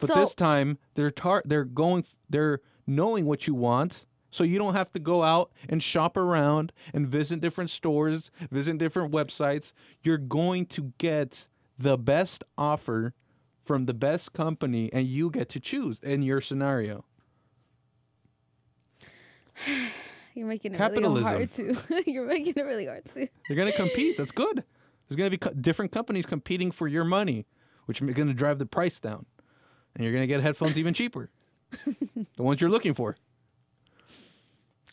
S1: but
S2: So-
S1: this time they're tar- they're going they're knowing what you want so you don't have to go out and shop around and visit different stores visit different websites you're going to get the best offer from the best company and you get to choose in your scenario
S2: You're making it
S1: Capitalism.
S2: really hard to. [laughs] You're making it really hard to.
S1: They're going to compete. That's good. There's going to be co- different companies competing for your money, which is going to drive the price down. And you're going to get headphones even cheaper. [laughs] the ones you're looking for.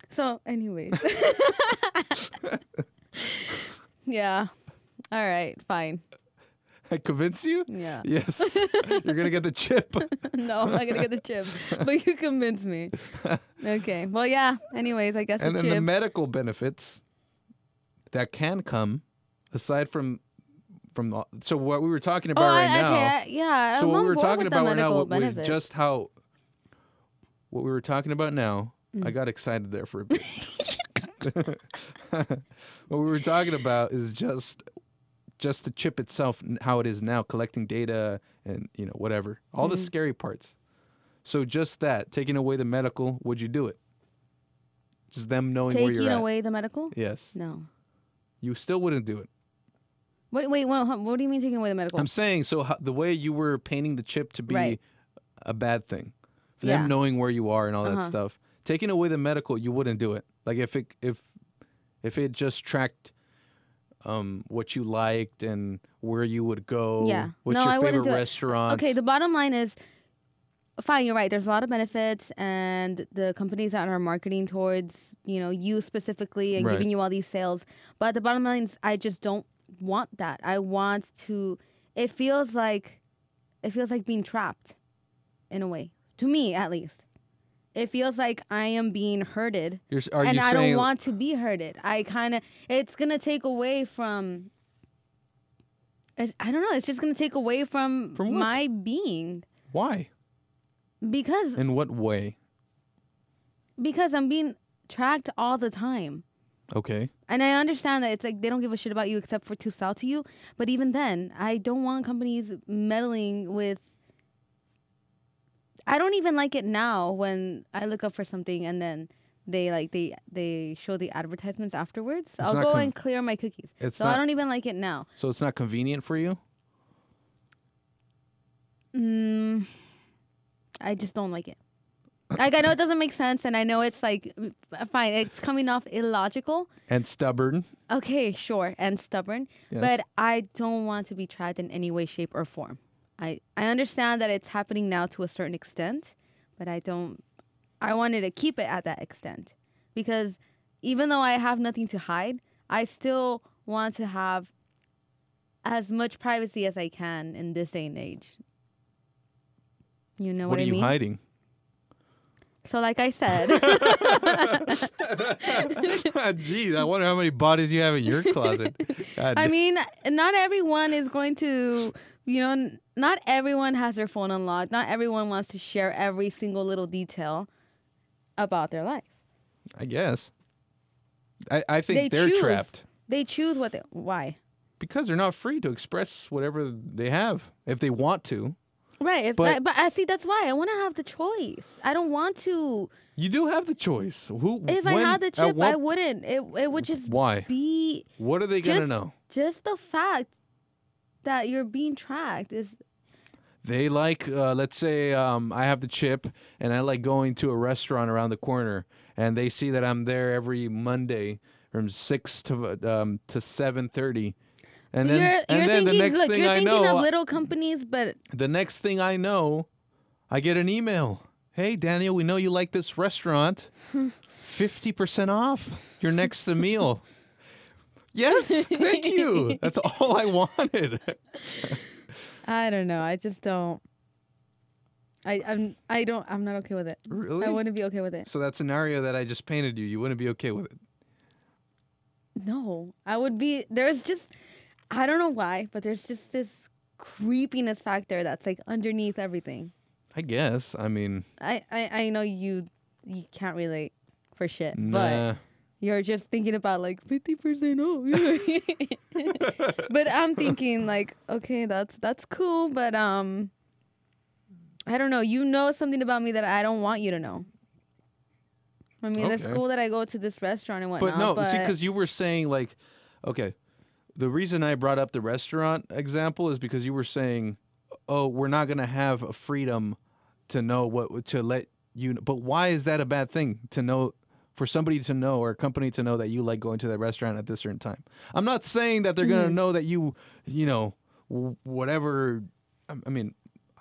S2: So, [laughs] anyways. yeah. All right, fine.
S1: I convince you?
S2: Yeah. [laughs]
S1: Yes. you're going to get the chip.
S2: no, I'm not gonna get the chip. But you convinced me. Okay. Well, yeah. Anyways, I guess
S1: and
S2: the
S1: then
S2: chip.
S1: the medical benefits that can come aside from from all- so what we were talking
S2: oh,
S1: about right
S2: I,
S1: now.
S2: okay. I, yeah.
S1: so
S2: I'm
S1: what
S2: on
S1: we were
S2: board
S1: talking
S2: with the
S1: about right now
S2: medical
S1: what we-
S2: benefits.
S1: just how what we were talking about now i
S2: Mm.
S1: got excited there for a
S2: [laughs]
S1: bit [laughs] what we were talking about is just just the chip itself and how it is now collecting data and you know whatever all
S2: Mm.
S1: the scary parts so just that taking away the medical would you do it just them knowing where
S2: taking
S1: you're at
S2: away the medical.
S1: yes
S2: No.
S1: you still wouldn't do it
S2: What? Wait. What, what do you mean taking away the medical?
S1: I'm saying so ho- the way you were painting the chip to be
S2: Right.
S1: a bad thing for
S2: Yeah.
S1: them knowing where you are and all that
S2: Uh-huh.
S1: stuff. Taking away the medical, you wouldn't do it. Like if it if if it just tracked um what you liked and where you would go,
S2: Yeah.
S1: what's
S2: No,
S1: your
S2: I wouldn't
S1: favorite
S2: do it.
S1: restaurant.
S2: okay. The bottom line is, fine. You're right. There's a lot of benefits, and the companies that are marketing towards you know you specifically and
S1: Right.
S2: giving you all these sales. But the bottom line is, I just don't want that. I want to. It feels like, it feels like being trapped. in a way to me at least it feels like i am being hurted
S1: You're s- are
S2: and
S1: you
S2: i
S1: saying
S2: don't want to be hurted i kind of it's gonna take away from it's, i don't know it's just gonna take away from,
S1: From what?
S2: my being
S1: why?
S2: because
S1: In what way?
S2: because i'm being tracked all the time
S1: Okay.
S2: and i understand that it's like they don't give a shit about you except for to sell to you but even then i don't want companies meddling with I don't even like it now when I look up for something and then they like they they show the advertisements afterwards. I'll
S1: not
S2: go
S1: con-
S2: and clear my cookies.
S1: It's
S2: so I
S1: not-
S2: don't even like it now.
S1: So it's not convenient for you?
S2: Mm, I just don't like it. Like I know it doesn't make sense, and I know it's like f- fine. It's coming off illogical.
S1: And stubborn.
S2: Okay, sure, and stubborn,
S1: Yes.
S2: but I don't want to be trapped in any way, shape, or form. I I understand that it's happening now to a certain extent, but I don't. I wanted to keep it at that extent because even though I have nothing to hide, I still want to have as much privacy as I can in this day and age. You know
S1: what
S2: what,
S1: are
S2: I
S1: you
S2: mean?
S1: hiding?
S2: So, like I said,
S1: [laughs]
S2: [laughs]
S1: Jeez, I wonder how many bodies you have in your closet. God
S2: [laughs] I
S1: damn.
S2: mean, not everyone is going to, you know, n- not everyone has their phone unlocked. Not everyone wants to share every single little detail about their life.
S1: I guess. I, I think
S2: They
S1: are
S2: choose.
S1: trapped
S2: They choose what they why.
S1: because they're not free to express whatever they have if they want to.
S2: Right. If
S1: But-
S2: I, but I see that's why I want to have the choice. I don't want to.
S1: You do have the choice. Who?
S2: If I
S1: when-
S2: had the
S1: at
S2: chip,
S1: what,
S2: I wouldn't. It it would just
S1: Why?
S2: be
S1: What are they gonna
S2: just-
S1: know?
S2: just the fact that you're being tracked is
S1: They like, uh, let's say, um, I have the chip, and I like going to a restaurant around the corner, and they see that I'm there every Monday from six to um, to seven thirty, and then
S2: you're,
S1: and
S2: you're
S1: then the
S2: thinking
S1: next
S2: look
S1: thing
S2: you're
S1: I
S2: thinking
S1: know,
S2: of little companies but
S1: the next thing I know, I get an email. Hey Daniel, we know you like this
S2: [laughs]
S1: restaurant. Fifty percent off your next meal. Yes, thank you. That's all I wanted. [laughs]
S2: I don't know I just don't I I'm I don't I'm not okay with it
S1: Really?
S2: I wouldn't be okay with it
S1: So that scenario that I just painted you, you wouldn't be okay with it.
S2: no I would be there's just I don't know why but there's just this creepiness factor that's like underneath everything
S1: I guess. I mean,
S2: I I, I know you you can't relate for shit but
S1: nah.
S2: you're just thinking about like 50% off [laughs] but i'm thinking like okay that's that's cool but um i don't know you know something about me that i don't want you to know i mean it's
S1: Okay.
S2: cool that i go to this restaurant and whatnot
S1: but no, see,
S2: but-
S1: because you were saying like, okay, the reason I brought up the restaurant example is because you were saying, oh, we're not gonna have a freedom to know what to let you. kn- But why is that a bad thing to know? For somebody to know or a company to know that you like going to that restaurant at this certain time. I'm not saying that they're gonna know that you, you know, w- whatever. I I mean,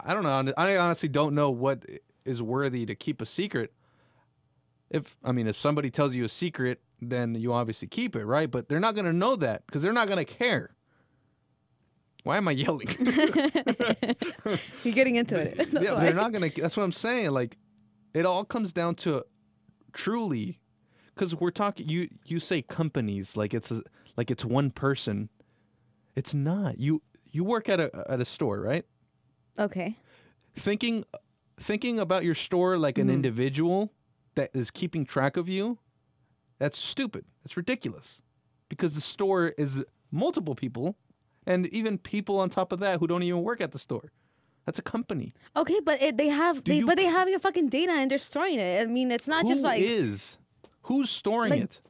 S1: I don't know. I honestly don't know what is worthy to keep a secret. if I mean if somebody tells you a secret, then you obviously keep it, right? But they're not gonna know that because they're not gonna care. Why am I yelling? [laughs]
S2: [laughs] you're getting into it that's
S1: Yeah,
S2: why. [laughs]
S1: they're not gonna. That's what I'm saying. Like, it all comes down to truly, because we're talking. You you say companies like it's a, like it's one person. It's not. You you work at a at a store, right?
S2: okay
S1: thinking thinking about your store like an individual that is keeping track of you that's stupid that's ridiculous because the store is multiple people and even people on top of that who don't even work at the store that's a company
S2: okay but it, they have
S1: Do
S2: they,
S1: you
S2: but they
S1: ca-
S2: have your fucking data and they're storing it i mean it's not
S1: Who is
S2: just like
S1: who's storing
S2: Like-
S1: it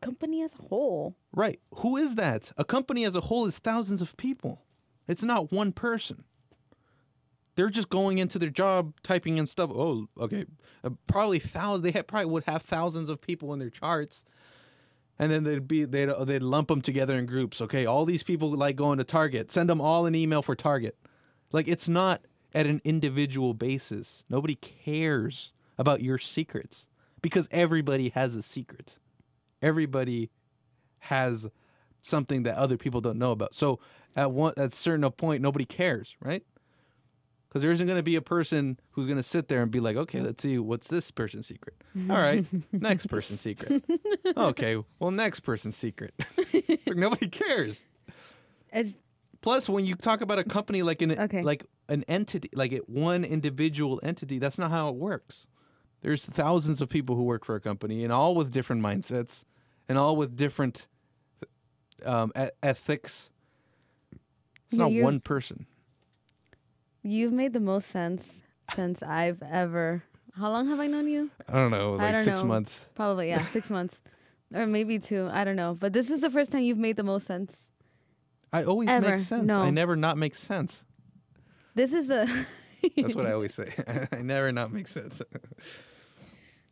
S2: company as a whole
S1: right who is that a company as a whole is thousands of people it's not one person they're just going into their job, typing in stuff. Oh, okay, uh, probably thousands. They had, probably would have thousands of people in their charts, and then they'd be they'd uh, they'd lump them together in groups. Okay, all these people like going to Target. Send them all an email for Target. Like it's not at an individual basis. Nobody cares about your secrets because everybody has a secret. Everybody has something that other people don't know about. So at one at certain point, nobody cares, right? Because there isn't going to be a person who's going to sit there and be like, okay, let's see, what's this person's secret? All right, next person's secret. Okay, well, next person's secret. [laughs] It's like nobody cares.
S2: it's
S1: Plus, when you talk about a company like an
S2: Okay.
S1: like an entity, like it, one individual entity, that's not how it works. There's thousands of people who work for a company, and all with different mindsets, and all with different um, e- ethics. It's
S2: Yeah,
S1: not
S2: you're-
S1: one person.
S2: You've made the most sense since I've ever. How long have I known you?
S1: I don't know, like
S2: don't
S1: six
S2: know.
S1: months.
S2: Probably, yeah,
S1: [laughs]
S2: six months. Or maybe two. I don't know. But this is the first time you've made the most sense.
S1: I always
S2: Ever.
S1: make sense.
S2: No.
S1: I never not make sense.
S2: This is the.
S1: That's what I always say. [laughs] I never not make sense.
S2: [laughs]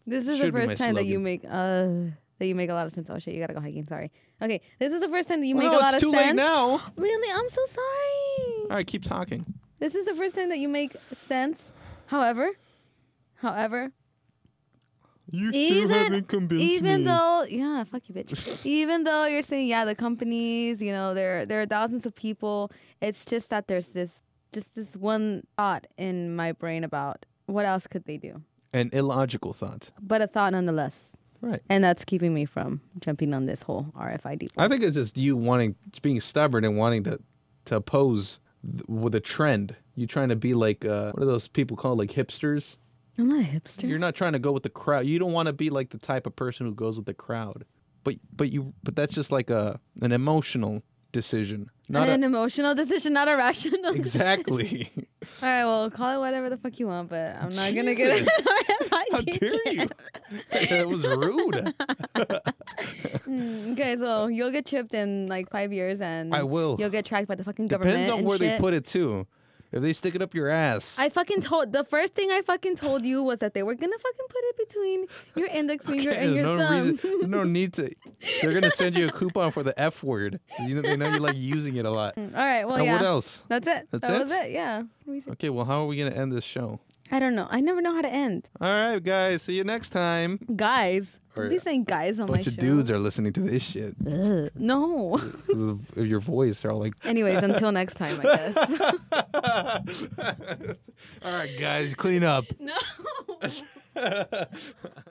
S2: This is the
S1: Should be my
S2: first time that you
S1: slogan.
S2: make uh that you make a lot of sense. Oh shit, you gotta go hiking. Sorry. Okay, this is the first time that you
S1: Well, Oh,
S2: make
S1: no,
S2: a lot
S1: it's
S2: of
S1: too
S2: sense.
S1: late now.
S2: Really, I'm so sorry.
S1: All right, keep talking.
S2: This is the first time that you make sense. However, however,
S1: [laughs] You
S2: Even- even though yeah fuck
S1: [laughs]
S2: you bitch even though you're saying yeah the companies you know there there are thousands of people it's just that there's this just this one thought in my brain about what else could they do,
S1: An illogical thought.
S2: but a thought nonetheless,
S1: Right.
S2: and that's keeping me from jumping on this whole RFID.
S1: I think it's just you wanting, being stubborn and wanting to, to oppose th- with a trend. You trying to be like, uh, what are those people called, like hipsters?
S2: I'm not a hipster.
S1: You're not trying to go with the crowd. You don't want to be like the type of person who goes with the crowd. But but you but that's just like a an emotional decision. Not
S2: an,
S1: a,
S2: emotional decision, not a rational.
S1: [laughs]
S2: [laughs]
S1: exactly.
S2: All right, well, call it whatever the fuck you want, but I'm
S1: [laughs]
S2: not gonna get an [laughs]
S1: Jesus.
S2: RFID.
S1: How dare you? [laughs] that was rude.
S2: Mm, Okay, so you'll get chipped in like five years, and
S1: I will.
S2: You'll get tracked by the fucking government.
S1: Depends on
S2: and
S1: where they
S2: shit.
S1: put it too. If they stick it up your ass,
S2: I fucking told the first thing I fucking told you was that they were gonna fucking put it between your index finger
S1: there's
S2: and your
S1: no
S2: thumb.
S1: reason, there's no need to. They're
S2: [laughs]
S1: gonna send you a coupon for the F word 'cause you know they know you like using it a lot.
S2: All right, well,
S1: and
S2: Oh, yeah.
S1: what else?
S2: That's it.
S1: That's
S2: that
S1: it?
S2: was it. Yeah. Research.
S1: Okay, well, how are we gonna end this show?
S2: I don't know. I never know how to end.
S1: All right, guys. See you next time.
S2: Guys,
S1: Or
S2: don't be saying guys on
S1: bunch
S2: my
S1: of
S2: show.
S1: dudes are listening to this shit. [laughs]
S2: Ugh, no.
S1: 'Cause of of your voice, they're all like,
S2: Anyways, until next time, I
S1: [laughs]
S2: guess. [laughs]
S1: all right, guys, clean up.
S2: no.